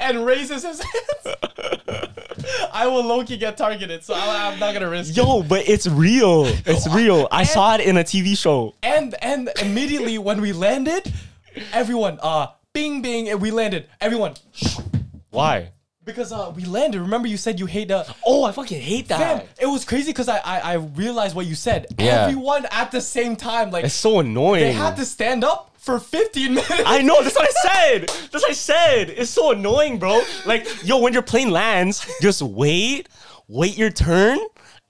Speaker 1: and raises his hands, I will low key get targeted. So I, I'm not going to risk it.
Speaker 2: Yo, but it's real. It's real. I saw it in a TV show.
Speaker 1: And, and immediately when we landed, everyone, uh, bing, bing, and we landed. Everyone,
Speaker 2: Why?
Speaker 1: because uh, we landed. Remember, you said you hate uh,
Speaker 2: Oh, I fucking hate that.
Speaker 1: Fam, it was crazy because I, I I realized what you said.
Speaker 2: Yeah.
Speaker 1: Everyone at the same time, like
Speaker 2: It's so annoying.
Speaker 1: they had to stand up for 15 minutes.
Speaker 2: I know. That's what I said. That's what I said. It's so annoying, bro. Like, yo, when your plane lands, just wait, wait your turn,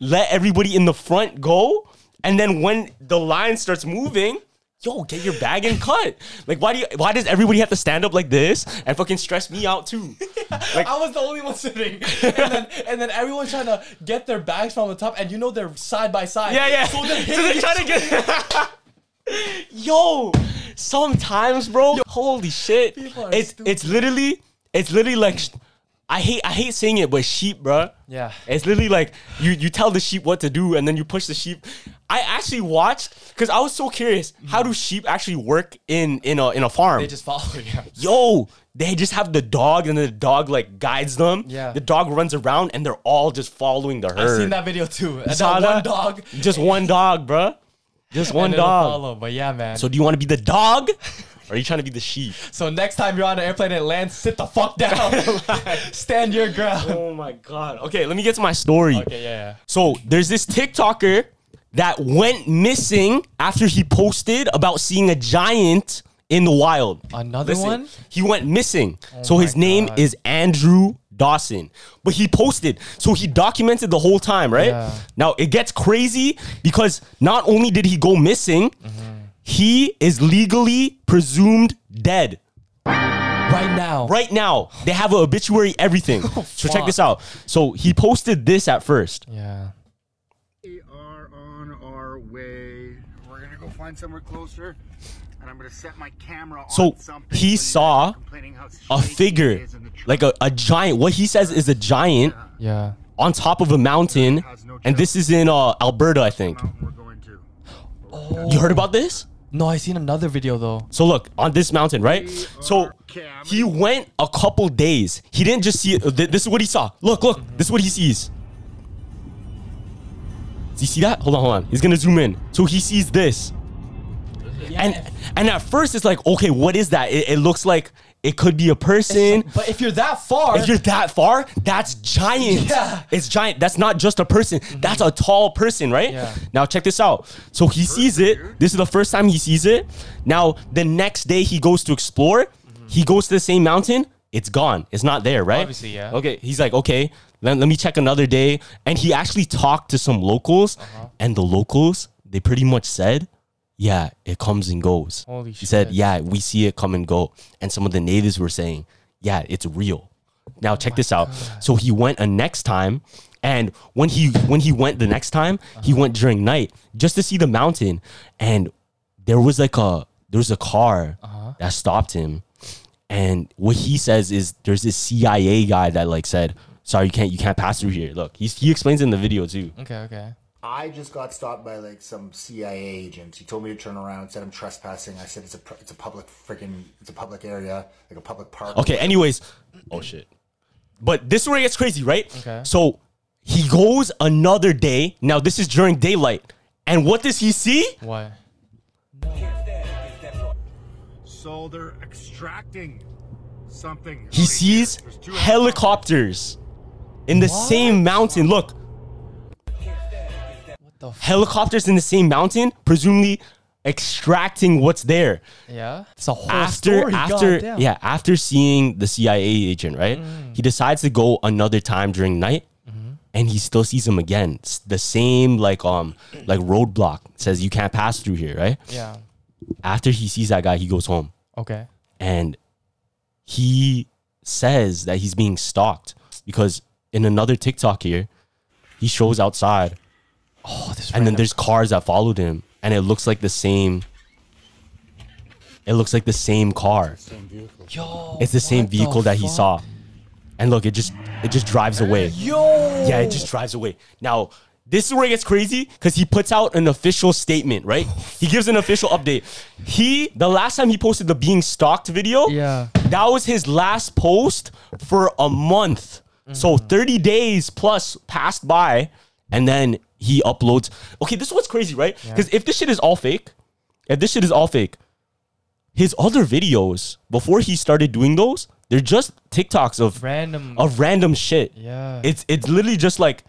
Speaker 2: let everybody in the front go, and then when the line starts moving. Yo, get your bag and cut. Like, why do you? Why does everybody have to stand up like this and fucking stress me out too? Like,
Speaker 1: I was the only one sitting, and then and then everyone trying to get their bags from the top, and you know they're side by side.
Speaker 2: Yeah, yeah.
Speaker 1: So they're
Speaker 2: So
Speaker 1: hitting
Speaker 2: they're
Speaker 1: each-
Speaker 2: trying to get. Yo, sometimes, bro. holy shit!
Speaker 1: People are
Speaker 2: It's it's literally it's literally like sh- I hate I hate saying it, but sheep, bruh.
Speaker 1: Yeah.
Speaker 2: It's literally like you you tell the sheep what to do and then you push the sheep. I actually watched because I was so curious. How do sheep actually work in in a in a farm?
Speaker 1: They just follow you.
Speaker 2: yo, they just have the dog and the dog like guides them.
Speaker 1: Yeah.
Speaker 2: The dog runs around and they're all just following the herd.
Speaker 1: I've seen that video too. And
Speaker 2: saw
Speaker 1: that one
Speaker 2: that?
Speaker 1: dog.
Speaker 2: Just one dog, bruh. Just one
Speaker 1: and it'll
Speaker 2: dog.
Speaker 1: Follow. But yeah, man.
Speaker 2: So
Speaker 1: So,
Speaker 2: do you want to be the dog? Or are you trying to be the sheep?
Speaker 1: next time you're on an airplane and it lands, sit the fuck down. Stand your ground.
Speaker 2: Oh my god. Okay, let me get to my story.
Speaker 1: Okay, yeah,
Speaker 2: So there's this TikToker that went missing after he posted about seeing a giant in the wild.
Speaker 1: Another one? Oh
Speaker 2: He went missing. so his
Speaker 1: my
Speaker 2: name
Speaker 1: God.
Speaker 2: is Andrew Dawson. But he posted. So he documented the whole time, right?
Speaker 1: Yeah.
Speaker 2: Now it gets crazy because not only did he go missing,
Speaker 1: Mm-hmm.
Speaker 2: he is legally presumed dead
Speaker 1: yeah. Right now.
Speaker 2: right now. They have a obituary, everything.
Speaker 1: Oh,
Speaker 2: so check this out. So he posted this at first.
Speaker 1: Yeah.
Speaker 7: We are on our way. We're gonna go find somewhere closer, and I'm gonna set my camera on
Speaker 2: So,
Speaker 7: something.
Speaker 2: he
Speaker 7: so you guys
Speaker 2: saw
Speaker 7: are complaining how
Speaker 2: a
Speaker 7: shaky it
Speaker 2: figure,
Speaker 7: is in the
Speaker 2: like a,
Speaker 7: truck.
Speaker 2: a giant. What he says is a giant
Speaker 1: Yeah.
Speaker 2: on top of a mountain, and this is in uh, Alberta, I think.
Speaker 7: mountain we're going to.
Speaker 2: You heard about this?
Speaker 1: No, I seen another video though.
Speaker 2: So look on this mountain, right? So he went a couple days. He didn't just see it. Th- This is what he saw. Look, look. This is what he sees. Do you see that? Hold on, hold on. He's gonna zoom in. So he sees this. And and at first it's like, okay, what is that? It, it looks like it could be a person.
Speaker 1: But if you're that far,
Speaker 2: If you're that far, that's giant.
Speaker 1: Yeah. Mm-hmm.
Speaker 2: It's giant. That's not just a person. That's a tall person, right?
Speaker 1: Yeah.
Speaker 2: Now check this out. So he sees it. This is the first time he sees it. Now the next day he goes to explore.
Speaker 1: Mm-hmm.
Speaker 2: He goes to the same mountain. It's gone. It's not there, right?
Speaker 1: Obviously, yeah.
Speaker 2: Okay. He's like, okay, let, let me check another day. And he actually talked to some locals,
Speaker 1: Uh-huh.
Speaker 2: and the locals they pretty much said, yeah, it comes and goes.
Speaker 1: Holy
Speaker 2: he said,
Speaker 1: shit.
Speaker 2: yeah, we see it come and go. And some of the natives were saying, yeah, it's real. Now
Speaker 1: Oh
Speaker 2: check this out. So he went a next time, and when he when he went the next time, he
Speaker 1: Uh-huh.
Speaker 2: went during night just to see the mountain, and there was like a there was a car
Speaker 1: Uh-huh.
Speaker 2: that stopped him, and what he says is there's this CIA guy that like said, sorry, you can't you can't pass through here. Look, he's, he explains in the video too.
Speaker 1: okay, okay.
Speaker 8: I just got stopped by like some CIA agent. He told me to turn around and said I'm trespassing. I said it's a pr- it's a public freaking it's a public area like a public park.
Speaker 2: Okay, anyways. Oh shit. But this is where it gets crazy, right?
Speaker 1: Okay.
Speaker 2: So he goes another day. Now this is during daylight. And what does he see?
Speaker 1: What?
Speaker 7: So they're extracting something.
Speaker 2: He sees helicopters in the same mountain. Look,
Speaker 1: The f-
Speaker 2: helicopters in the same mountain, presumably extracting what's there.
Speaker 1: yeah. It's a whole
Speaker 2: after
Speaker 1: story.
Speaker 2: after
Speaker 1: goddamn. Mm.
Speaker 2: yeah after seeing the CIA agent right he decides to go another time during night
Speaker 1: Mm-hmm.
Speaker 2: and he still sees him again It's the same like um like roadblock says you can't pass through here right
Speaker 1: Yeah.
Speaker 2: after he sees that guy he goes home
Speaker 1: Okay.
Speaker 2: and he says that he's being stalked because in another TikTok here he shows outside
Speaker 1: Oh, this.
Speaker 2: and then there's cars that followed him and it looks like the same it looks like the same car
Speaker 1: Yo,
Speaker 2: it's the same
Speaker 1: what the
Speaker 2: vehicle that he
Speaker 1: fuck?
Speaker 2: saw. And look, it just it just drives away.
Speaker 1: Yo.
Speaker 2: Yeah, it just drives away. Now, this is where it gets crazy because he puts out an official statement, right? He gives an official update. He the last time he posted the being stalked video,
Speaker 1: Yeah.
Speaker 2: that was his last post for a month. So 30 days plus passed by, and then he uploads. Okay, this is what's crazy, right? Because if this shit is all fake, if this shit is all fake, his other videos before he started doing those, they're just TikToks of
Speaker 1: Random.
Speaker 2: of random shit.
Speaker 1: Yeah.
Speaker 2: It's it's literally just like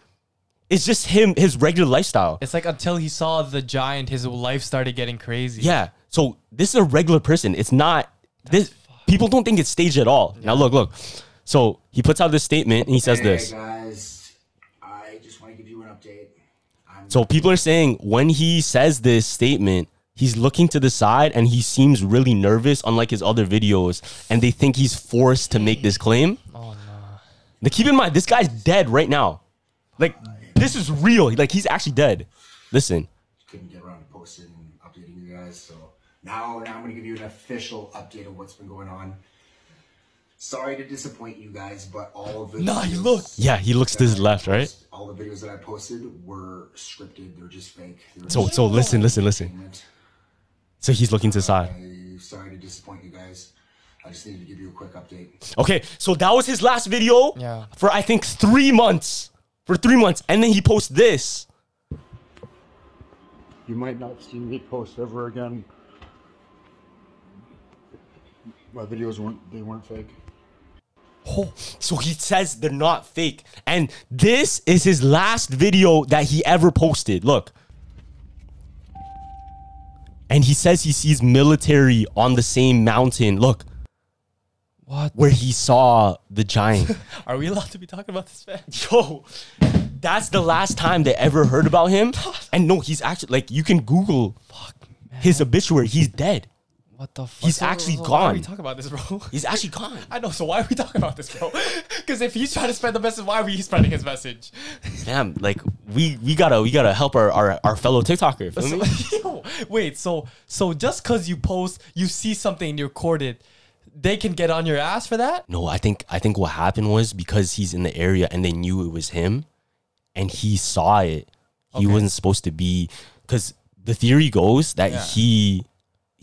Speaker 2: it's just him his regular lifestyle.
Speaker 1: It's like until he saw the giant, his life started getting crazy.
Speaker 2: yeah. So this is a regular person. It's not this people don't think it's staged at all. Now look, look. So he puts out this statement and he says this.
Speaker 8: Hey guys, I just want to give you an update. I'm
Speaker 2: So people are saying when he says this statement, he's looking to the side and he seems really nervous, unlike his other videos, and they think he's forced to make this claim. Oh no. Now keep in mind, this guy's dead right now. Like this is real. Like he's actually dead. Listen.
Speaker 8: couldn't get around to posting and updating you guys, so now now I'm gonna give you an official update of what's been going on. Sorry to disappoint you guys, but all of the
Speaker 1: Nah, he
Speaker 8: videos
Speaker 1: looked.
Speaker 2: Yeah, he looks to his
Speaker 8: that I
Speaker 2: left, right?
Speaker 8: post- All the videos that I posted were scripted. They're just fake. They were
Speaker 2: So
Speaker 8: just
Speaker 2: so listen, listen, listen.
Speaker 8: entertainment.
Speaker 2: So he's looking to the side.
Speaker 8: I- Sorry to disappoint you guys. I just needed to give you a quick update.
Speaker 2: Okay, so that was his last video
Speaker 1: Yeah.
Speaker 2: for I think three months. For three months. And then he posts this.
Speaker 7: You might not see me post ever again. My videos weren't they weren't fake.
Speaker 2: Oh, so he says they're not fake. And this is his last video that he ever posted. Look. And he says he sees military on the same mountain. Look.
Speaker 1: What?
Speaker 2: Where he saw the giant.
Speaker 1: Are we allowed to be talking about this man?
Speaker 2: Yo, that's the last time they ever heard about him. And no, he's actually like you can Google his obituary. He's dead.
Speaker 1: What the fuck?
Speaker 2: He's actually
Speaker 1: Why are we
Speaker 2: gone.
Speaker 1: talking about this, bro?
Speaker 2: He's actually gone.
Speaker 1: I know, so why are we talking about this, bro? Because if he's trying to spread the message, why are we spreading his message?
Speaker 2: Damn, like we we gotta we gotta help our our, our fellow TikToker. Feel me?
Speaker 1: Yo, wait, so so just because you post, you see something and you record it, they can get on your ass for that?
Speaker 2: No, I think I think what happened was because he's in the area and they knew it was him, and he saw it. He wasn't supposed to be because the theory goes that he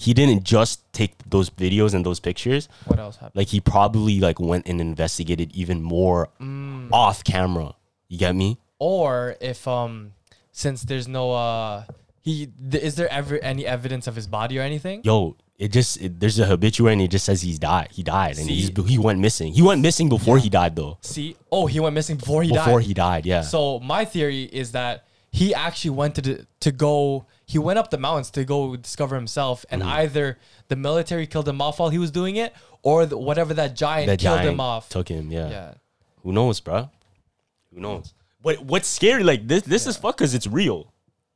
Speaker 2: he didn't just take those videos and those pictures.
Speaker 1: What else happened?
Speaker 2: like he probably like went and investigated even more off camera. You get me?
Speaker 1: Or if um, since there's no uh, he th- is there ever any evidence of his body or anything?
Speaker 2: Yo, it just it, there's a habitual and it just says he's died. He died and he's,
Speaker 1: See-
Speaker 2: he went missing. He went missing before he died though.
Speaker 1: See, oh, he went missing before he
Speaker 2: before
Speaker 1: died.
Speaker 2: he died, yeah.
Speaker 1: So my theory is that he actually went to the, to go. He went up the mountains to go discover himself, and
Speaker 2: Mm-hmm.
Speaker 1: either the military killed him off while he was doing it, or the, whatever that giant
Speaker 2: that
Speaker 1: killed
Speaker 2: giant
Speaker 1: him off.
Speaker 2: took him. Yeah.
Speaker 1: yeah.
Speaker 2: Who knows, bro? Who knows? What what's scary? Like this this is fuck because it's real.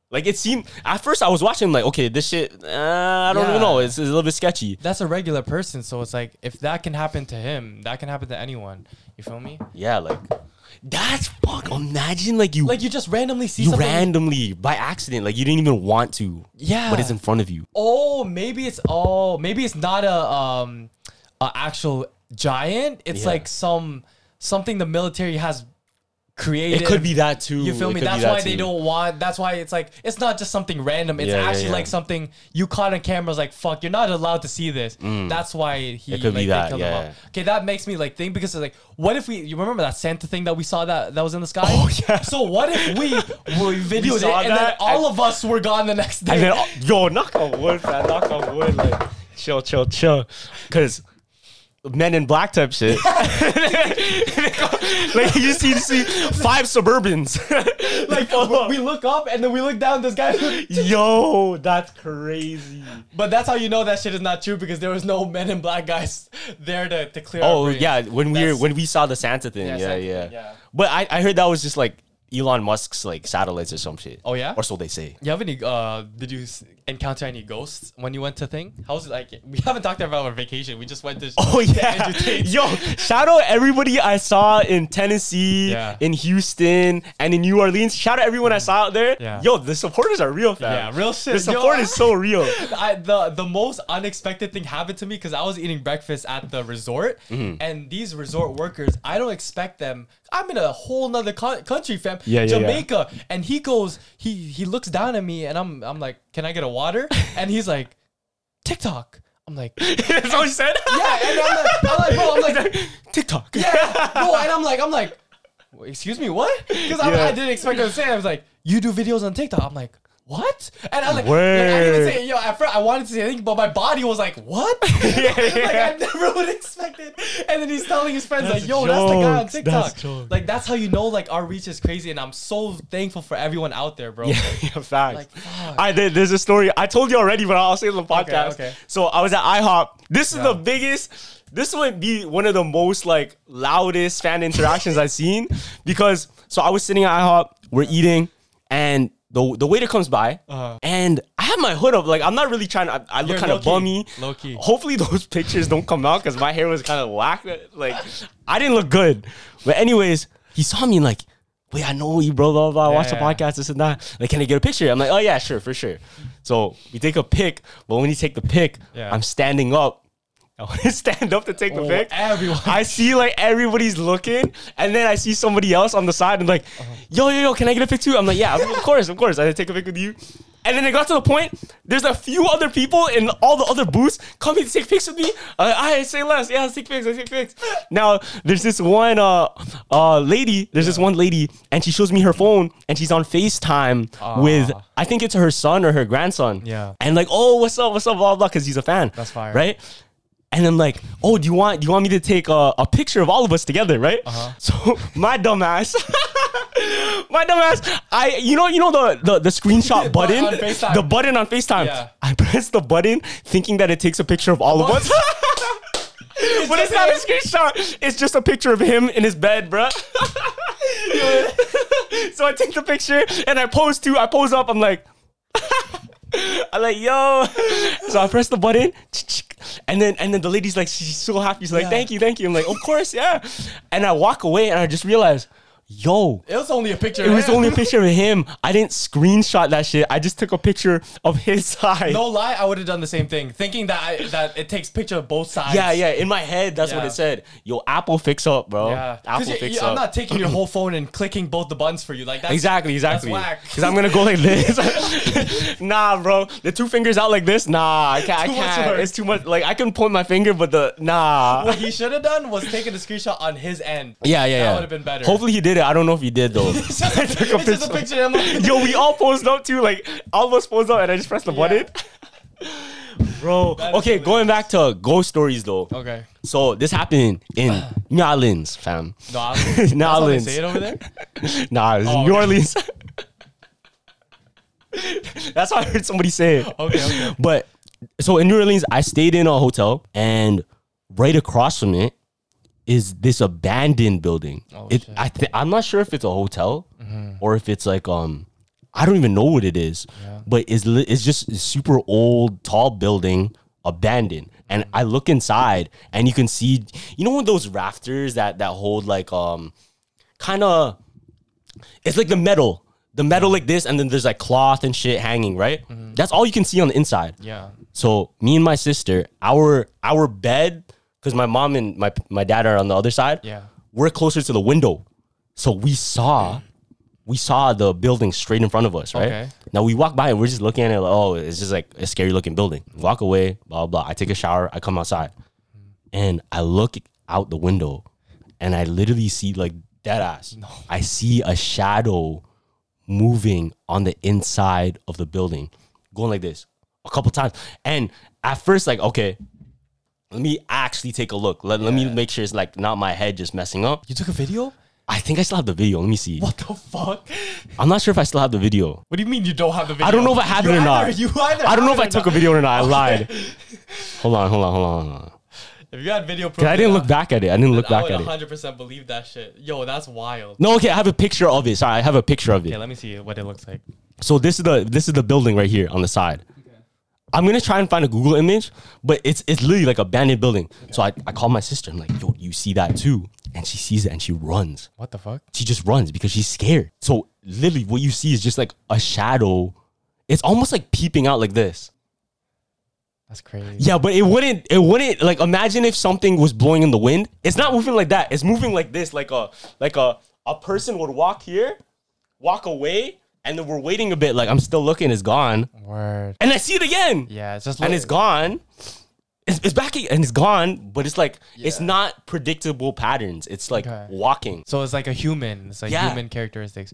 Speaker 2: Like it seemed at first I was watching like okay this shit uh, I don't
Speaker 1: Yeah.
Speaker 2: know it's, it's a little bit sketchy.
Speaker 1: That's a regular person, so it's like if that can happen to him, that can happen to anyone. You feel me?
Speaker 2: Yeah, like that's fuck. Imagine like you
Speaker 1: Like you just randomly see
Speaker 2: you
Speaker 1: something.
Speaker 2: randomly by accident like you didn't even want to
Speaker 1: Yeah.
Speaker 2: but it's in front of you
Speaker 1: oh, maybe it's oh, maybe it's not a um, a actual giant. It's
Speaker 2: Yeah.
Speaker 1: like some something the military has created.
Speaker 2: it could be that too
Speaker 1: You feel
Speaker 2: It
Speaker 1: me?
Speaker 2: could be
Speaker 1: That's
Speaker 2: that
Speaker 1: why they
Speaker 2: too.
Speaker 1: don't want. That's why it's like it's not just something random. It's
Speaker 2: Yeah, yeah,
Speaker 1: actually
Speaker 2: yeah.
Speaker 1: like something you caught on camera. It's like fuck, you're not allowed to see this. That's why he
Speaker 2: Mm. It could be
Speaker 1: like, they
Speaker 2: that,
Speaker 1: killed him
Speaker 2: yeah.
Speaker 1: off. Okay, that makes me like think because it's like, what if we? You remember that Santa thing that we saw that that was in the sky?
Speaker 2: Oh, yeah.
Speaker 1: So what if we we videoed it
Speaker 2: saw
Speaker 1: and then
Speaker 2: that
Speaker 1: all of us were gone the next day?
Speaker 2: and then oh, yo knock on wood man knock on wood like chill chill chill because men in black type shit like you see you see five suburbans like oh,
Speaker 1: we look up and then we look down. This guy.
Speaker 2: yo that's crazy
Speaker 1: But that's how you know that shit is not true because there was no men in black guys there to, to clear. our
Speaker 2: Oh
Speaker 1: brains.
Speaker 2: yeah, when we were
Speaker 1: That's-
Speaker 2: when we saw the Santa thing, yeah,
Speaker 1: Yeah,
Speaker 2: yeah.
Speaker 1: Santa thing, yeah.
Speaker 2: But I, I heard that was just like Elon Musk's like satellites or some shit.
Speaker 1: Oh, yeah?
Speaker 2: or so they say.
Speaker 1: You have any? Uh, did you s- encounter any ghosts when you went to thing? How's it like? We haven't talked about our vacation. We just went to.
Speaker 2: Oh yeah,
Speaker 1: entertain-
Speaker 2: yo! Shout out everybody I saw in Tennessee,
Speaker 1: Yeah.
Speaker 2: in Houston, and in New Orleans. Shout out everyone I saw out there.
Speaker 1: Yeah.
Speaker 2: Yo, the supporters are real, fam.
Speaker 1: Yeah, real shit,
Speaker 2: The
Speaker 1: yo.
Speaker 2: support is so real.
Speaker 1: I, the the most unexpected thing happened to me because I was eating breakfast at the resort,
Speaker 2: Mm-hmm.
Speaker 1: and these resort workers, I don't expect them. I'm in a whole nother co- country, fam.
Speaker 2: Yeah, yeah, yeah.
Speaker 1: Jamaica, and he goes, he he looks down at me, and I'm I'm like, can I get a water? And he's like, TikTok. I'm like, yeah,
Speaker 2: That's all he said.
Speaker 1: and I'm like, I'm like, bro, I'm like,
Speaker 2: TikTok.
Speaker 1: yeah. No, and I'm like, I'm like, "Wait, excuse me, what? Because
Speaker 2: Yeah.
Speaker 1: I didn't expect her to say. it. I was like, you do videos on TikTok. I'm like, what? And I'm like, like, I didn't even
Speaker 2: Word.
Speaker 1: say, yo, at first I wanted to say anything, but my body was like, what? like I never would expect it. And then he's telling his friends, like, yo, that's the guy on
Speaker 2: jokes.
Speaker 1: TikTok.
Speaker 2: That's jokes.
Speaker 1: like that's how you know like our reach is crazy, and I'm so thankful for everyone out there, bro.
Speaker 2: yeah, facts.
Speaker 1: Like, fuck.
Speaker 2: I did. There's a story I told you already, but I'll say it on the podcast.
Speaker 1: okay.
Speaker 2: So I was at IHOP. This is
Speaker 1: Yeah.
Speaker 2: the biggest. This would be one of the most like loudest fan interactions I've seen because so I was sitting at IHOP. We're eating, and the the waiter comes by, and I have my hood up. Like I'm not really trying to. I, I look
Speaker 1: Uh-huh. You're
Speaker 2: kind of
Speaker 1: low-key,
Speaker 2: bummy.
Speaker 1: low-key.
Speaker 2: Hopefully those pictures don't come out because my hair was kind of whack. Like I didn't look good. But anyways, he saw me and like. Wait, I know you, bro. Blah blah. blah. I watch the
Speaker 1: Yeah.
Speaker 2: podcast podcast, this and that. Like, can I get a picture? I'm like, oh yeah, sure, for sure. So we take a pic, but when you take the pic,
Speaker 1: Yeah.
Speaker 2: I'm standing up I want to stand up to take the
Speaker 1: Oh,
Speaker 2: pic.
Speaker 1: everyone.
Speaker 2: I see like everybody's looking, and then I see somebody else on the side and like, yo, yo, yo, can I get a pic too? I'm like, yeah, of course, of course. I take a pic with you. And then it got to the point, there's a few other people in all the other booths coming to take pics with me. Uh, I say less. Yeah, let's take pics, let's take pics. Now, there's this one uh, uh, lady, there's this one lady, and she shows me her phone, and she's on FaceTime with, I think it's her son or her grandson.
Speaker 1: Yeah.
Speaker 2: And like, oh, what's up, what's up, blah, blah, because he's a fan.
Speaker 1: That's fire.
Speaker 2: Right? And I'm like, oh, do you want do you want me to take a, a picture of all of us together, right?
Speaker 1: Uh-huh.
Speaker 2: So my dumbass, my dumbass, I you know you know the the, the screenshot button,
Speaker 1: button on FaceTime.
Speaker 2: the button on Facetime.
Speaker 1: Yeah.
Speaker 2: I press the button thinking that it takes a picture of all of us. but it's
Speaker 1: just
Speaker 2: not a
Speaker 1: him.
Speaker 2: screenshot. It's just a picture of him in his bed, bruh. so I take the picture and I pose too. I pose up. I'm like, I'm like, yo. So I press the button, and then and then the lady's like, she's so happy. She's like,
Speaker 1: Yeah.
Speaker 2: thank you, thank you. I'm like, of course, yeah. And I walk away and I just realize, yo,
Speaker 1: It was only a picture.
Speaker 2: it
Speaker 1: of
Speaker 2: was
Speaker 1: him.
Speaker 2: only a picture of him. I didn't screenshot that shit. I just took a picture of his side.
Speaker 1: No lie, I would have done the same thing, thinking that I, that it takes picture of both sides.
Speaker 2: Yeah, yeah. In my head, that's what
Speaker 1: Yeah.
Speaker 2: it said. Yo, Apple fix up, bro.
Speaker 1: Yeah, 'Cause
Speaker 2: Apple
Speaker 1: you-
Speaker 2: fix
Speaker 1: you-
Speaker 2: up.
Speaker 1: I'm not taking your whole phone and clicking both the buttons for you. Like that's,
Speaker 2: Exactly, exactly.
Speaker 1: whack.
Speaker 2: Because I'm gonna go like this. nah, bro. The two fingers out like this. Nah, I can't. I
Speaker 1: Too much
Speaker 2: can't.
Speaker 1: work.
Speaker 2: It's too much. Like I can point my finger, but the nah.
Speaker 1: What he should have done was taken a screenshot on his end.
Speaker 2: Yeah, yeah, yeah.
Speaker 1: That would have been better.
Speaker 2: Hopefully he did it. I don't know if he did though.
Speaker 1: it's just a
Speaker 2: took a
Speaker 1: picture.
Speaker 2: picture.
Speaker 1: of him.
Speaker 2: Yo, we all posed up too. Like all of us posed up, and I just pressed the button. Bro,
Speaker 1: is
Speaker 2: okay, going back to ghost stories though.
Speaker 1: Okay.
Speaker 2: So this happened in New Orleans, fam.
Speaker 1: No, I'm,
Speaker 2: New
Speaker 1: that's how they
Speaker 2: Orleans.
Speaker 1: say it over there.
Speaker 2: Nah, it's
Speaker 1: Oh,
Speaker 2: New
Speaker 1: okay.
Speaker 2: Orleans. That's how I heard somebody say it.
Speaker 1: Okay, okay.
Speaker 2: But so in New Orleans, I stayed in a hotel, and right across from it is this abandoned building. it, I th- I'm not sure if it's a hotel or if it's like um, I don't even know what it is, but it's li- it's just a super old, tall building, abandoned. And I look inside, and you can see, you know, those rafters that that hold like um, kind of it's like the metal the metal like this and then there's like cloth and shit hanging right that's all you can see on the inside
Speaker 1: Yeah.
Speaker 2: so me and my sister our our bed because my mom and my my dad are on the other side
Speaker 1: Yeah.
Speaker 2: we're closer to the window so we saw we saw the building straight in front of us right
Speaker 1: Okay.
Speaker 2: now we walk by and we're just looking at it like, oh it's just like a scary looking building walk away blah blah i take a shower i come outside and I look out the window and I literally see like dead ass. I see a shadow moving on the inside of the building, going like this a couple times. And at first, like, okay, let me actually take a look. Let, let me make sure it's like not my head just messing up.
Speaker 1: You took a video?
Speaker 2: I think I still have the video. Let me see.
Speaker 1: What the fuck?
Speaker 2: I'm not sure if I still have the video.
Speaker 1: What do you mean you don't have the video?
Speaker 2: I don't know if I have
Speaker 1: You
Speaker 2: it or
Speaker 1: either-
Speaker 2: not.
Speaker 1: You either
Speaker 2: I don't know if
Speaker 1: have
Speaker 2: I
Speaker 1: it or
Speaker 2: took a
Speaker 1: not.
Speaker 2: video or not. I lied. Hold on, hold on, hold on, hold on.
Speaker 1: If you had video proof,
Speaker 2: Cause I didn't look back at it. I didn't look
Speaker 1: I
Speaker 2: back
Speaker 1: would
Speaker 2: at it.
Speaker 1: 100% believe that shit. Yo, that's wild.
Speaker 2: No, okay, I have a picture of it. Sorry, I have a picture of
Speaker 1: Okay,
Speaker 2: it.
Speaker 1: let me see what it looks like.
Speaker 2: So this is the this is the building right here on the side. I'm gonna try and find a Google image, but it's it's literally like abandoned building. So I, I call my sister. I'm like, yo, you see that too? And she sees it and she runs.
Speaker 1: What the fuck?
Speaker 2: She just runs because she's scared. So literally, what you see is just like a shadow. It's almost like peeping out like this.
Speaker 1: That's crazy.
Speaker 2: Yeah, but it wouldn't. It wouldn't. Like, imagine if something was blowing in the wind. It's not moving like that. It's moving like this. Like a like a a person would walk here, walk away, and then we're waiting a bit. Like I'm still looking. It's gone,
Speaker 1: Word.
Speaker 2: and I see it again,
Speaker 1: Yeah, it's just
Speaker 2: and it's gone. It's, it's back ag- and it's gone, but it's like it's
Speaker 1: Yeah.
Speaker 2: not predictable patterns. It's like
Speaker 1: Okay.
Speaker 2: walking.
Speaker 1: So it's like a human. It's like
Speaker 2: Yeah.
Speaker 1: human characteristics.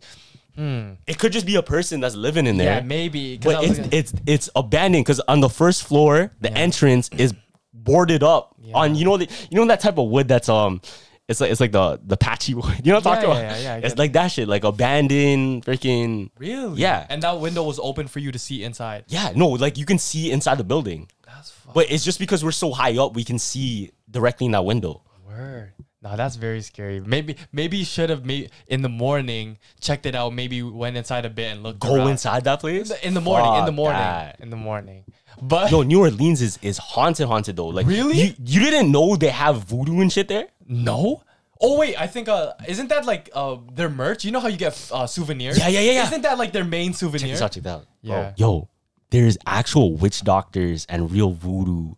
Speaker 2: It could just be a person that's living in there.
Speaker 1: Yeah, maybe. 'cause I
Speaker 2: But
Speaker 1: was
Speaker 2: it's,
Speaker 1: looking-
Speaker 2: it's it's abandoned because on the first floor, the entrance is boarded up on you know the, you know that type of wood that's um it's like it's like the the patchy wood. You know what I'm
Speaker 1: Yeah,
Speaker 2: talking
Speaker 1: yeah,
Speaker 2: about?
Speaker 1: yeah, yeah, I
Speaker 2: it's
Speaker 1: get
Speaker 2: like that shit, like abandoned freaking
Speaker 1: really
Speaker 2: Yeah.
Speaker 1: And that window was open for you to see inside.
Speaker 2: yeah, no, like you can see inside the building.
Speaker 1: That's fucking
Speaker 2: But it's just because we're so high up, we can see directly in that window.
Speaker 1: word. Nah, that's very scary. Maybe maybe you should have made in the morning checked it out. Maybe went inside a bit and looked.
Speaker 2: Go
Speaker 1: around.
Speaker 2: inside that place
Speaker 1: in the morning. in the
Speaker 2: Fuck
Speaker 1: morning.
Speaker 2: that.
Speaker 1: In the morning. But
Speaker 2: Yo, New Orleans is, is haunted, haunted though. Like
Speaker 1: Really?
Speaker 2: you, you didn't know they have voodoo and shit there?
Speaker 1: no. Oh wait, I think uh, isn't that like uh their merch? You know how you get uh souvenirs?
Speaker 2: Yeah, yeah, yeah, yeah.
Speaker 1: Isn't that like their main souvenir?
Speaker 2: Check this out, check that out. Bro,
Speaker 1: Yeah.
Speaker 2: Yo, there's actual witch doctors and real voodoo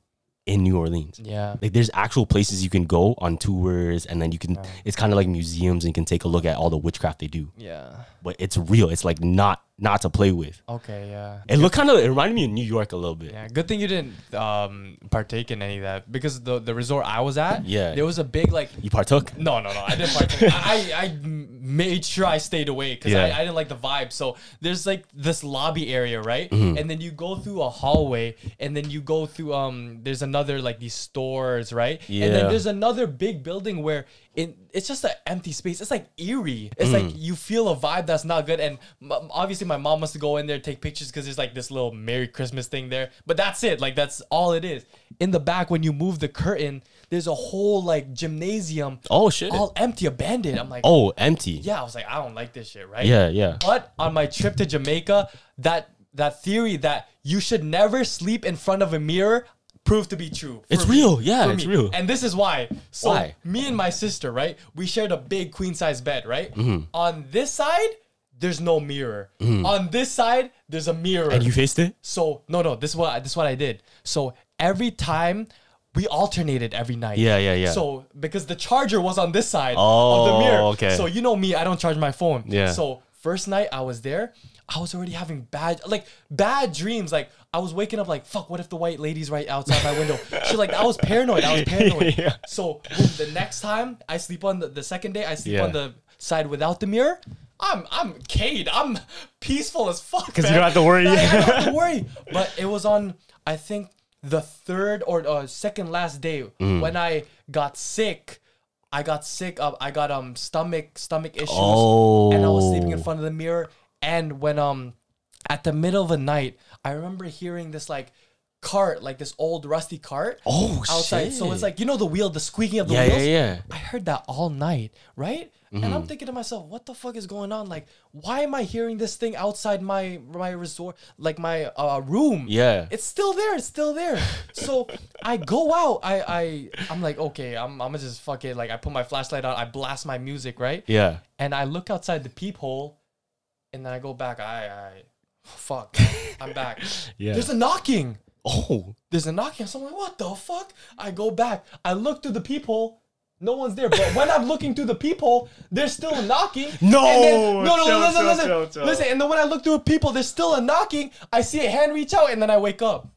Speaker 2: in New Orleans.
Speaker 1: Yeah.
Speaker 2: Like there's actual places you can go on tours and then you can it's kind of like museums and you can take a look at all the witchcraft they do.
Speaker 1: Yeah.
Speaker 2: But it's real. It's like not not to play with.
Speaker 1: Okay. Yeah.
Speaker 2: It looked kind of it reminded me of New York a little bit.
Speaker 1: Yeah, good thing you didn't um, partake in any of that because the the resort I was at,
Speaker 2: Yeah.
Speaker 1: there was a big like.
Speaker 2: You partook?
Speaker 1: No, no, no. I didn't partake. I, I I made sure I stayed away because
Speaker 2: Yeah.
Speaker 1: I, I didn't like the vibe. So there's like this lobby area, right?
Speaker 2: Mm-hmm.
Speaker 1: And then you go through a hallway, and then you go through um. There's another like these stores, right? And
Speaker 2: Yeah.
Speaker 1: then there's another big building where in it's just an empty space. It's like eerie. It's
Speaker 2: Mm.
Speaker 1: like you feel a vibe that's not good. And m- obviously, my mom must go in there take pictures because there's like this little Merry Christmas thing there. But that's it. Like that's all it is. In the back, when you move the curtain, there's a whole like gymnasium.
Speaker 2: Oh, shit.
Speaker 1: All empty, abandoned. I'm like,
Speaker 2: Oh, empty.
Speaker 1: yeah. I was like, I don't like this shit, right?
Speaker 2: Yeah, yeah.
Speaker 1: But on my trip to Jamaica, that that theory that you should never sleep in front of a mirror proved to be true. for
Speaker 2: It's
Speaker 1: me-
Speaker 2: real. Yeah,
Speaker 1: for
Speaker 2: it's
Speaker 1: me.
Speaker 2: real.
Speaker 1: And this is why. So
Speaker 2: Why?
Speaker 1: me and my sister, right? We shared a big queen size bed, right?
Speaker 2: Mm-hmm.
Speaker 1: On this side, there's no mirror. On this side, there's a mirror.
Speaker 2: And you faced it?
Speaker 1: so no, no. This is what this is what I did. So every time. We alternated every night.
Speaker 2: Yeah, yeah, yeah.
Speaker 1: So because the charger was on this side of
Speaker 2: Oh,
Speaker 1: the mirror,
Speaker 2: okay.
Speaker 1: So you know me, I don't charge my phone.
Speaker 2: Yeah.
Speaker 1: So first night I was there, I was already having bad like bad dreams. Like I was waking up like fuck, what if the white lady's right outside my window? she like I was paranoid. I was paranoid.
Speaker 2: Yeah.
Speaker 1: So when the next time I sleep on the, the second day, I sleep
Speaker 2: Yeah.
Speaker 1: on the side without the mirror. I'm I'm Cade. I'm peaceful as fuck. Because
Speaker 2: you don't have to worry.
Speaker 1: I don't have to worry. But it was on I think the third or uh, second last day
Speaker 2: Mm.
Speaker 1: when I got sick. I got sick. Uh, I got um stomach stomach issues, and I was sleeping in
Speaker 2: Oh.
Speaker 1: front of the mirror. And when um at the middle of the night, I remember hearing this like cart, like this old rusty cart.
Speaker 2: Oh,
Speaker 1: outside. So it's
Speaker 2: shit.
Speaker 1: like you know the wheel, the squeaking of the
Speaker 2: Yeah, yeah,
Speaker 1: wheels.
Speaker 2: yeah.
Speaker 1: I heard that all night, right? And
Speaker 2: Mm-hmm.
Speaker 1: I'm thinking to myself, what the fuck is going on? Like, why am I hearing this thing outside my my resort, like my uh, room?
Speaker 2: Yeah.
Speaker 1: it's still there. It's still there. so I go out. I I I'm like, okay, I'm I'm gonna just fuck it. Like, I put my flashlight on. I blast my music, right?
Speaker 2: Yeah.
Speaker 1: And I look outside the peephole, and then I go back. I I fuck, I'm back.
Speaker 2: Yeah.
Speaker 1: There's a knocking
Speaker 2: Oh.
Speaker 1: there's a knocking. So I'm like, what the fuck? I go back. I look through the peephole. No one's there. But when I'm looking through the peephole, they're still knocking.
Speaker 2: No!
Speaker 1: And then- no, no, no,
Speaker 2: Chill,
Speaker 1: listen,
Speaker 2: chill,
Speaker 1: listen,
Speaker 2: chill, chill.
Speaker 1: listen. And then when I look through a peephole, there's still a knocking. I see a hand reach out, and then I wake up.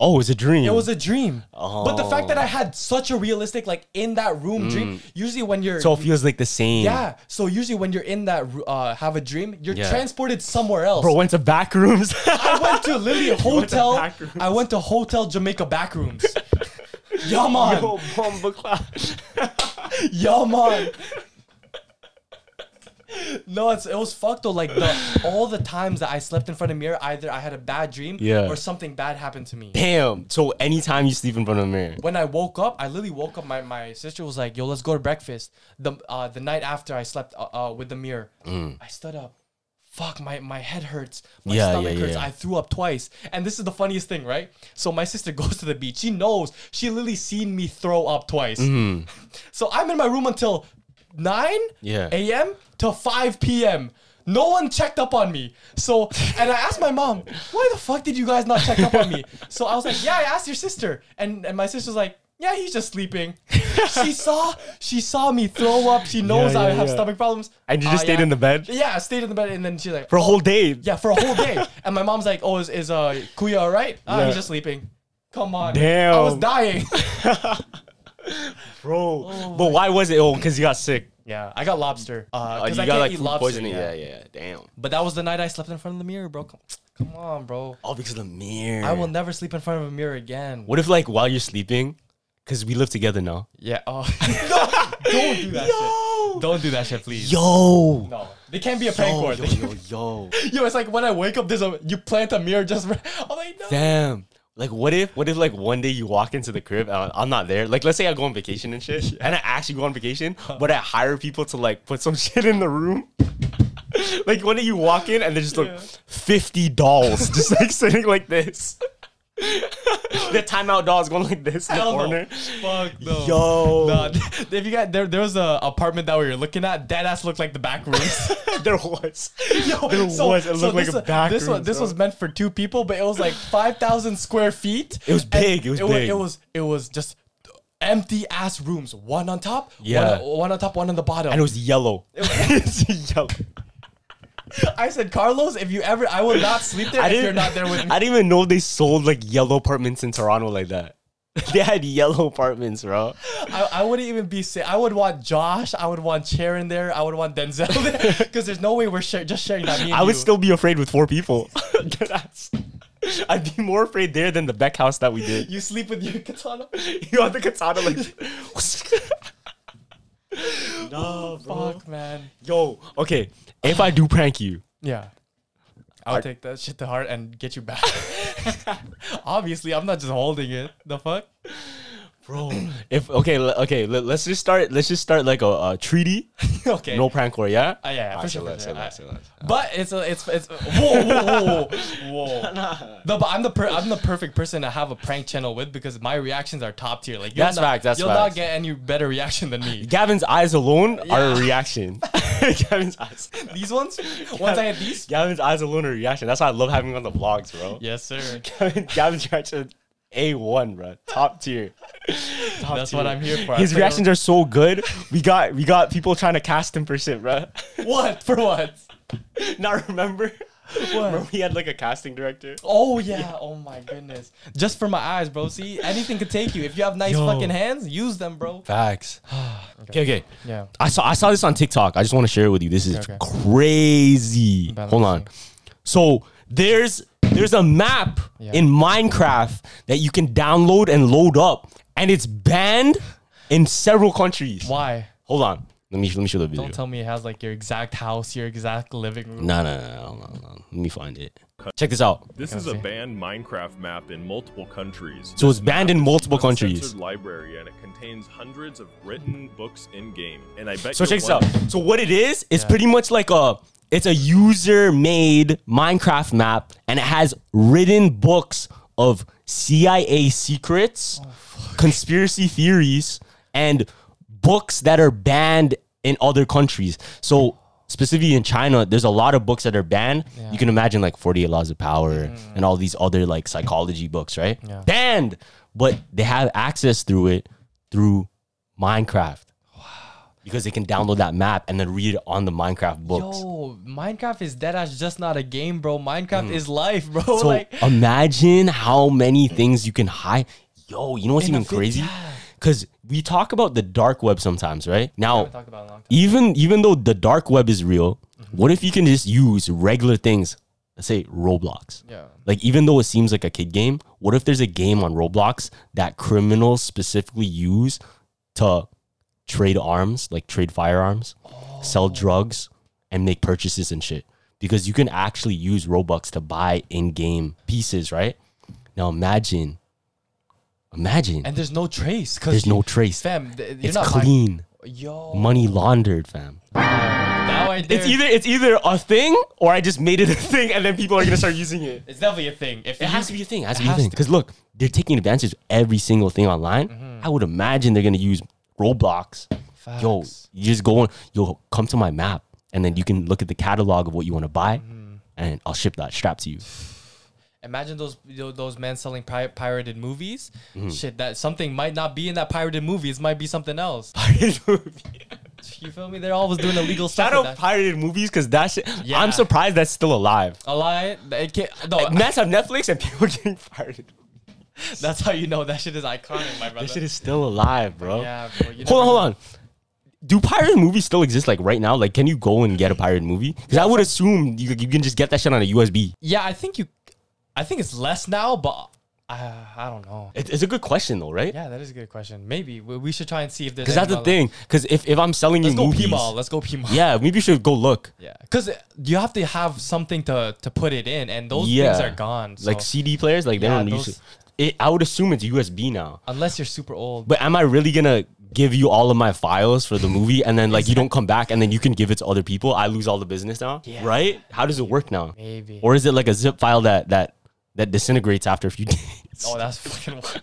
Speaker 2: Oh, it's a dream.
Speaker 1: It was a dream. But the fact that
Speaker 2: Oh.
Speaker 1: I had such a realistic, like in that room dream. Usually when you're
Speaker 2: Mm. so it feels like the same.
Speaker 1: yeah. So usually when you're in that ru- uh, have a dream, you're
Speaker 2: Yeah.
Speaker 1: transported somewhere else.
Speaker 2: Bro, went to back rooms.
Speaker 1: I went to Lily Hotel.
Speaker 2: back rooms.
Speaker 1: I went to Hotel Jamaica back rooms. Yaman.
Speaker 2: Yo, Bumba Clock.
Speaker 1: Yo, man. No, it's it was fucked though. Like the, all the times that I slept in front of a mirror, either I had a bad dream
Speaker 2: Yeah.
Speaker 1: or something bad happened to me.
Speaker 2: Damn. So anytime you sleep in front of a mirror.
Speaker 1: When I woke up, I literally woke up. My, my sister was like, "Yo, let's go to breakfast." The uh, the night after I slept uh, uh, with the mirror, I stood up. Fuck, my, my head hurts. My
Speaker 2: Mm. Yeah,
Speaker 1: stomach
Speaker 2: yeah,
Speaker 1: hurts.
Speaker 2: yeah.
Speaker 1: I threw up twice. And this is the funniest thing, right? So my sister goes to the beach. She knows. She literally seen me throw up twice.
Speaker 2: Mm-hmm.
Speaker 1: So I'm in my room until 9
Speaker 2: Yeah.
Speaker 1: a.m. to 5 p.m. No one checked up on me. So, and I asked my mom, why the fuck did you guys not check up on me? So I was like, yeah, I asked your sister. And, and my sister's like, yeah, he's just sleeping. she saw she saw me throw up. She knows
Speaker 2: Yeah,
Speaker 1: I
Speaker 2: yeah,
Speaker 1: have
Speaker 2: yeah.
Speaker 1: stomach problems.
Speaker 2: And you just
Speaker 1: Ah,
Speaker 2: stayed
Speaker 1: yeah.
Speaker 2: in the bed?
Speaker 1: Yeah, I stayed in the bed. And then she's like,
Speaker 2: For a whole day.
Speaker 1: yeah, for a whole day. and my mom's like, oh, is, is uh, Kuya all right? Ah,
Speaker 2: Yeah.
Speaker 1: he's just sleeping. Come on. I
Speaker 2: Damn.
Speaker 1: was dying.
Speaker 2: Bro. but why was it? Oh, because you got sick.
Speaker 1: yeah, I got lobster. Uh,
Speaker 2: Oh,
Speaker 1: 'cause
Speaker 2: you
Speaker 1: I
Speaker 2: got
Speaker 1: can't
Speaker 2: like
Speaker 1: eat
Speaker 2: food
Speaker 1: lobster,
Speaker 2: poisoning. Yeah. yeah, Damn.
Speaker 1: But that was the night I slept in front of the mirror, bro. Come, come on, bro.
Speaker 2: Oh, because of the mirror.
Speaker 1: I will never sleep in front of a mirror again.
Speaker 2: What if like while you're sleeping? Because we live together now.
Speaker 1: Yeah. Oh. No, don't do that shit. Don't do that shit, please.
Speaker 2: Yo.
Speaker 1: No. They can't be a prank
Speaker 2: Yo,
Speaker 1: card.
Speaker 2: yo,
Speaker 1: Yo,
Speaker 2: yo, yo.
Speaker 1: it's like when I wake up, there's a you plant a mirror just. right- I'm like, no.
Speaker 2: Damn. Like what if what if like one day you walk into the crib and I- I'm not there? Like let's say I go on vacation and shit, and I actually go on vacation, but I hire people to like put some shit in the room. like one day you walk in and there's just like 50 dolls just like sitting like this. the timeout dog's going like this in the
Speaker 1: Hell no.
Speaker 2: corner.
Speaker 1: Fuck no.
Speaker 2: Yo.
Speaker 1: Nah, if you got there, there was a apartment that we were looking at. Dead ass looked like the back rooms.
Speaker 2: there was.
Speaker 1: Yo,
Speaker 2: there was. It looked like
Speaker 1: this,
Speaker 2: a back
Speaker 1: this
Speaker 2: room.
Speaker 1: was this
Speaker 2: bro.
Speaker 1: was meant for two people, but it was like five thousand square feet.
Speaker 2: It was
Speaker 1: And
Speaker 2: big, it was
Speaker 1: wa-
Speaker 2: big.
Speaker 1: It was it was just empty ass rooms. One on top.
Speaker 2: Yeah.
Speaker 1: One, one on top. One on the bottom.
Speaker 2: and it was yellow. it's yellow.
Speaker 1: I said, Carlos, if you ever, I will not sleep there
Speaker 2: I
Speaker 1: if
Speaker 2: didn't.
Speaker 1: you're not there with me.
Speaker 2: I didn't even know they sold like yellow apartments in Toronto like that. they had yellow apartments, bro.
Speaker 1: I, I wouldn't even be sick. I would want Josh. I would want Sharon there. I would want Denzel there because there's no way we're share, just sharing that. Me and
Speaker 2: I would
Speaker 1: you.
Speaker 2: still be afraid with four people. That's- I'd be more afraid there than the Beck house that we did.
Speaker 1: You sleep with your katana.
Speaker 2: You have the katana like. no,
Speaker 1: Fuck, man.
Speaker 2: Yo, okay. If I do prank you,
Speaker 1: Yeah. I would take that shit to heart and get you back. Obviously, I'm not just holding it. The fuck?
Speaker 2: bro. If okay, le- okay. le- Let's just start. Let's just start like a, a treaty.
Speaker 1: Okay.
Speaker 2: No prank war, yeah.
Speaker 1: Uh, yeah, yeah, for
Speaker 2: Alright,
Speaker 1: sure.
Speaker 2: say
Speaker 1: For
Speaker 2: less,
Speaker 1: sure.
Speaker 2: say less, say less.
Speaker 1: I- But it's a, it's it's whoa whoa whoa whoa. No, but I'm the per, I'm the perfect person to have a prank channel with because my reactions are top tier. Like you'll
Speaker 2: That's
Speaker 1: not,
Speaker 2: facts, that's
Speaker 1: you'll not
Speaker 2: facts.
Speaker 1: get any better reaction than me.
Speaker 2: Gavin's eyes alone are a reaction. Gavin's eyes.
Speaker 1: These ones, once I hit these,
Speaker 2: Gavin's eyes alone are a reaction. That's why I love having him on the vlogs, bro.
Speaker 1: yes sir.
Speaker 2: Gavin, Gavin's reaction, A one, bro. Top tier. Top
Speaker 1: That's what I'm here for.
Speaker 2: His
Speaker 1: I play-
Speaker 2: reactions are so good. We got we got people trying to cast him for shit, bro.
Speaker 1: What for what?
Speaker 2: Not remember. Remember
Speaker 1: What?
Speaker 2: we had like a casting director.
Speaker 1: Oh yeah. Oh my goodness. Just for my eyes, bro. See, anything could take you. If you have nice
Speaker 2: Yo.
Speaker 1: fucking hands, use them, bro.
Speaker 2: Facts. okay. okay,
Speaker 1: Yeah.
Speaker 2: I saw I saw this on TikTok. I just want to share it with you. This is
Speaker 1: Okay, okay.
Speaker 2: crazy.
Speaker 1: But let
Speaker 2: Hold
Speaker 1: me
Speaker 2: on. So there's there's a map
Speaker 1: Yeah.
Speaker 2: in Minecraft that you can download and load up, and it's banned in several countries.
Speaker 1: Why?
Speaker 2: Hold on. Let me let me show the video.
Speaker 1: Don't tell me it has like your exact house, your exact living room.
Speaker 2: No, no, no, no, no, no, no. Let me find it. Check this out.
Speaker 9: This is a banned Minecraft map in multiple countries.
Speaker 2: So it's
Speaker 9: This
Speaker 2: banned
Speaker 9: map
Speaker 2: in
Speaker 9: is
Speaker 2: multiple
Speaker 9: an
Speaker 2: countries.
Speaker 9: uncensored library, and it contains hundreds of written books in game. And I bet.
Speaker 2: So
Speaker 9: you're
Speaker 2: check this out.
Speaker 9: wondering-
Speaker 2: So what it is, it's pretty much like a it's a user-made Minecraft map and it has written books of CIA secrets, conspiracy theories, and books that are banned in other countries. So specifically in China, there's a lot of books that are banned. You can imagine like 48 Laws of Power and all these other like psychology books, right? Banned, but they have access through it through Minecraft because they can download that map and then read it on the Minecraft books.
Speaker 1: Yo, Minecraft is dead ass just not a game, bro. Minecraft is life, bro.
Speaker 2: Mm. so
Speaker 1: like
Speaker 2: imagine how many things you can hide. Yo, you know what's
Speaker 1: In a
Speaker 2: even
Speaker 1: vid-
Speaker 2: crazy?
Speaker 1: yeah.
Speaker 2: Because we talk about the dark web sometimes, right? Now,
Speaker 1: talked about it a long time.
Speaker 2: even even though the dark web is real, what if you can just use regular things? Let's say Roblox.
Speaker 1: Yeah.
Speaker 2: Like even though it seems like a kid game, what if there's a game on Roblox that criminals specifically use to trade arms, like trade firearms,
Speaker 1: Oh.
Speaker 2: sell drugs, and make purchases and shit? Because you can actually use Robux to buy in-game pieces, right? Now imagine, imagine
Speaker 1: And there's no trace. 'cause
Speaker 2: there's no
Speaker 1: you-
Speaker 2: trace.
Speaker 1: Fam, th- you're
Speaker 2: it's
Speaker 1: not buying- Oh.
Speaker 2: clean,
Speaker 1: Yo,
Speaker 2: money laundered, fam.
Speaker 1: now I dare-
Speaker 2: It's either it's either a thing or I just made it a thing and then people are gonna start using it.
Speaker 1: It's definitely a thing. If
Speaker 2: It
Speaker 1: you-
Speaker 2: has to be a thing. It has to
Speaker 1: it
Speaker 2: be a
Speaker 1: has
Speaker 2: thing. Because look, they're taking advantage of every single thing online. I would imagine they're gonna use Roblox. Yo,
Speaker 1: Mm-hmm. Facts.
Speaker 2: you just go on. Yo, come to my map, and then you can look at the catalog of what you want to buy,
Speaker 1: Mm-hmm.
Speaker 2: and I'll ship that strap to you.
Speaker 1: Imagine those tho- those men selling pi- pirated movies.
Speaker 2: Mm-hmm.
Speaker 1: Shit, that something might not be in that pirated movie. It might be something else.
Speaker 2: Pirated movies.
Speaker 1: You feel me? They're always doing illegal stuff.
Speaker 2: Shout
Speaker 1: with
Speaker 2: out
Speaker 1: that.
Speaker 2: pirated movies because that shit.
Speaker 1: Yeah.
Speaker 2: I'm surprised that's still alive.
Speaker 1: a lie. It can't, no,
Speaker 2: Mess on Netflix and people getting pirated.
Speaker 1: that's how you know that shit is iconic, my brother.
Speaker 2: That shit is still alive, bro.
Speaker 1: yeah, bro. you
Speaker 2: hold on,
Speaker 1: never
Speaker 2: hold
Speaker 1: know.
Speaker 2: on. Do pirate movies still exist like right now? Like, can you go and get a pirate movie? Because I would assume you, you can just get that shit on a USB.
Speaker 1: Yeah, I think you. I think it's less now, but I, I don't know.
Speaker 2: It- it's a good question though, right?
Speaker 1: Yeah, that is a good question. Maybe we, we should try and see if there's.
Speaker 2: Because that's the
Speaker 1: anyone like-
Speaker 2: thing. Because if, if I'm selling
Speaker 1: Let's
Speaker 2: you
Speaker 1: go
Speaker 2: movies,
Speaker 1: P-Mall. Let's go P-Mall.
Speaker 2: yeah, maybe you should go look.
Speaker 1: Yeah, because you have to have something to to put it in, and those
Speaker 2: yeah,
Speaker 1: things are gone. So.
Speaker 2: Like CD players, like
Speaker 1: Yeah,
Speaker 2: they don't use.
Speaker 1: those-
Speaker 2: it. It, I would assume it's USB now.
Speaker 1: unless you're super old.
Speaker 2: But am I really gonna give you all of my files for the movie and then like you don't come back and then you can give it to other people? I lose all the business now, right? How does it work now?
Speaker 1: Maybe.
Speaker 2: Or is it like a zip file that that that disintegrates after a few days.
Speaker 1: Oh, that's fucking wild.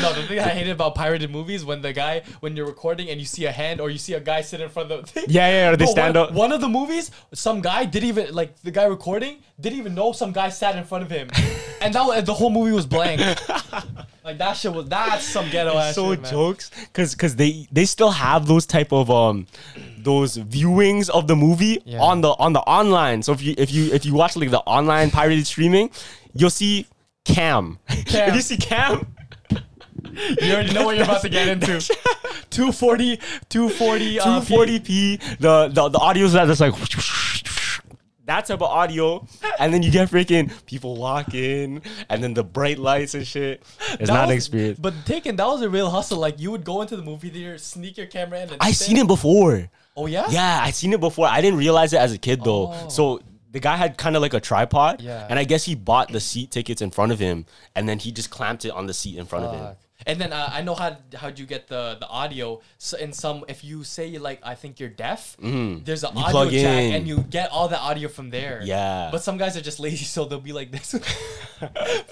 Speaker 1: No, the thing I hated about pirated movies when the guy when you're recording and you see a hand or you see a guy sit in front of the thing.
Speaker 2: Yeah, yeah, or they
Speaker 1: Bro,
Speaker 2: stand
Speaker 1: one,
Speaker 2: up.
Speaker 1: One of the movies, some guy didn't even like the guy recording didn't even know some guy sat in front of him, and that was, the whole movie was blank. like that shit was that's some ghetto ass.
Speaker 2: so
Speaker 1: shit, man.
Speaker 2: jokes because because they they still have those type of um those viewings of the movie
Speaker 1: Yeah.
Speaker 2: on the on the online so if you if you if you watch like the online pirated streaming you'll see cam,
Speaker 1: Cam.
Speaker 2: if you see cam
Speaker 1: You already know what you're about to get into. 240, 240, uh,
Speaker 2: 240p the the, the audio is that that's like that type of audio and then you get freaking people walk in and then the bright lights and shit
Speaker 1: That
Speaker 2: it's not an
Speaker 1: was-
Speaker 2: experience
Speaker 1: But taken, that was a real hustle. Like you would go into the movie theater, sneak your camera in. And
Speaker 2: i
Speaker 1: sit-
Speaker 2: seen it before
Speaker 1: Oh yeah.
Speaker 2: Yeah, I seen it before. I didn't realize it as a kid though. So the guy had kind of like a tripod,
Speaker 1: Yeah.
Speaker 2: and I guess he bought the seat tickets in front of him, and then he just clamped it on the seat in front of him.
Speaker 1: Fuck. And then uh, I know how how you get the the audio. So in some, if you say you like I think you're deaf, there's an audio
Speaker 2: Mm-hmm. plug
Speaker 1: jack,
Speaker 2: in.
Speaker 1: and you get all the audio from there.
Speaker 2: Yeah.
Speaker 1: But some guys are just lazy, so they'll be like this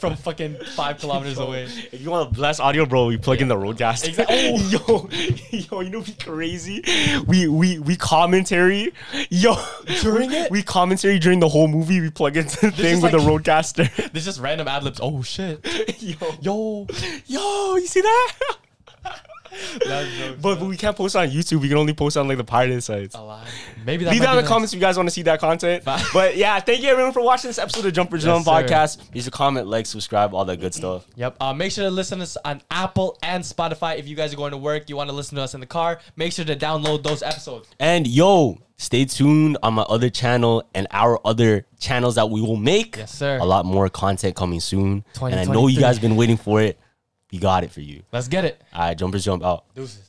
Speaker 1: from fucking five kilometers away.
Speaker 2: If you want to blast audio, bro, we plug in the roadcast.
Speaker 1: Exactly.
Speaker 2: yo, yo, you know be crazy. We we we commentary. Yo,
Speaker 1: During it?
Speaker 2: we commentary during the whole movie. We plug into the thing
Speaker 1: is
Speaker 2: with
Speaker 1: like-
Speaker 2: the roadcaster.
Speaker 1: There's just random ad libs. Oh shit.
Speaker 2: yo,
Speaker 1: Yo.
Speaker 2: yo, you see that?
Speaker 1: That's jokes,
Speaker 2: but, but we can't post on YouTube. We can only post on like the pirate sites.
Speaker 1: alive. Maybe Oh, that
Speaker 2: Leave
Speaker 1: might
Speaker 2: down
Speaker 1: be
Speaker 2: in the comments if you guys want to see that content. but yeah, thank you everyone for watching this episode of Jumper Jump
Speaker 1: sir.
Speaker 2: Podcast. Please comment, like, subscribe, all that good stuff.
Speaker 1: Yep. Uh, make sure to listen to us on Apple and Spotify. If you guys are going to work, you want to listen to us in the car, make sure to download those episodes.
Speaker 2: And yo, stay tuned on my other channel and our other channels that we will make.
Speaker 1: Yes, sir.
Speaker 2: A lot more content coming soon. And I know
Speaker 1: 2023.
Speaker 2: you guys been waiting for it. We got it for you.
Speaker 1: Let's get it.
Speaker 2: All right, Jumpers Jump out.
Speaker 1: Deuces.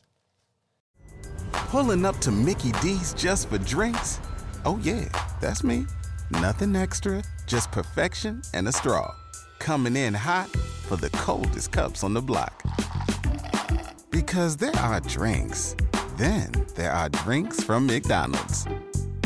Speaker 10: Pulling up to Mickey D's just for drinks? Oh, yeah, that's me. Nothing extra, just perfection and a straw. Coming in hot for the coldest cups on the block. Because there are drinks, then there are drinks from McDonald's.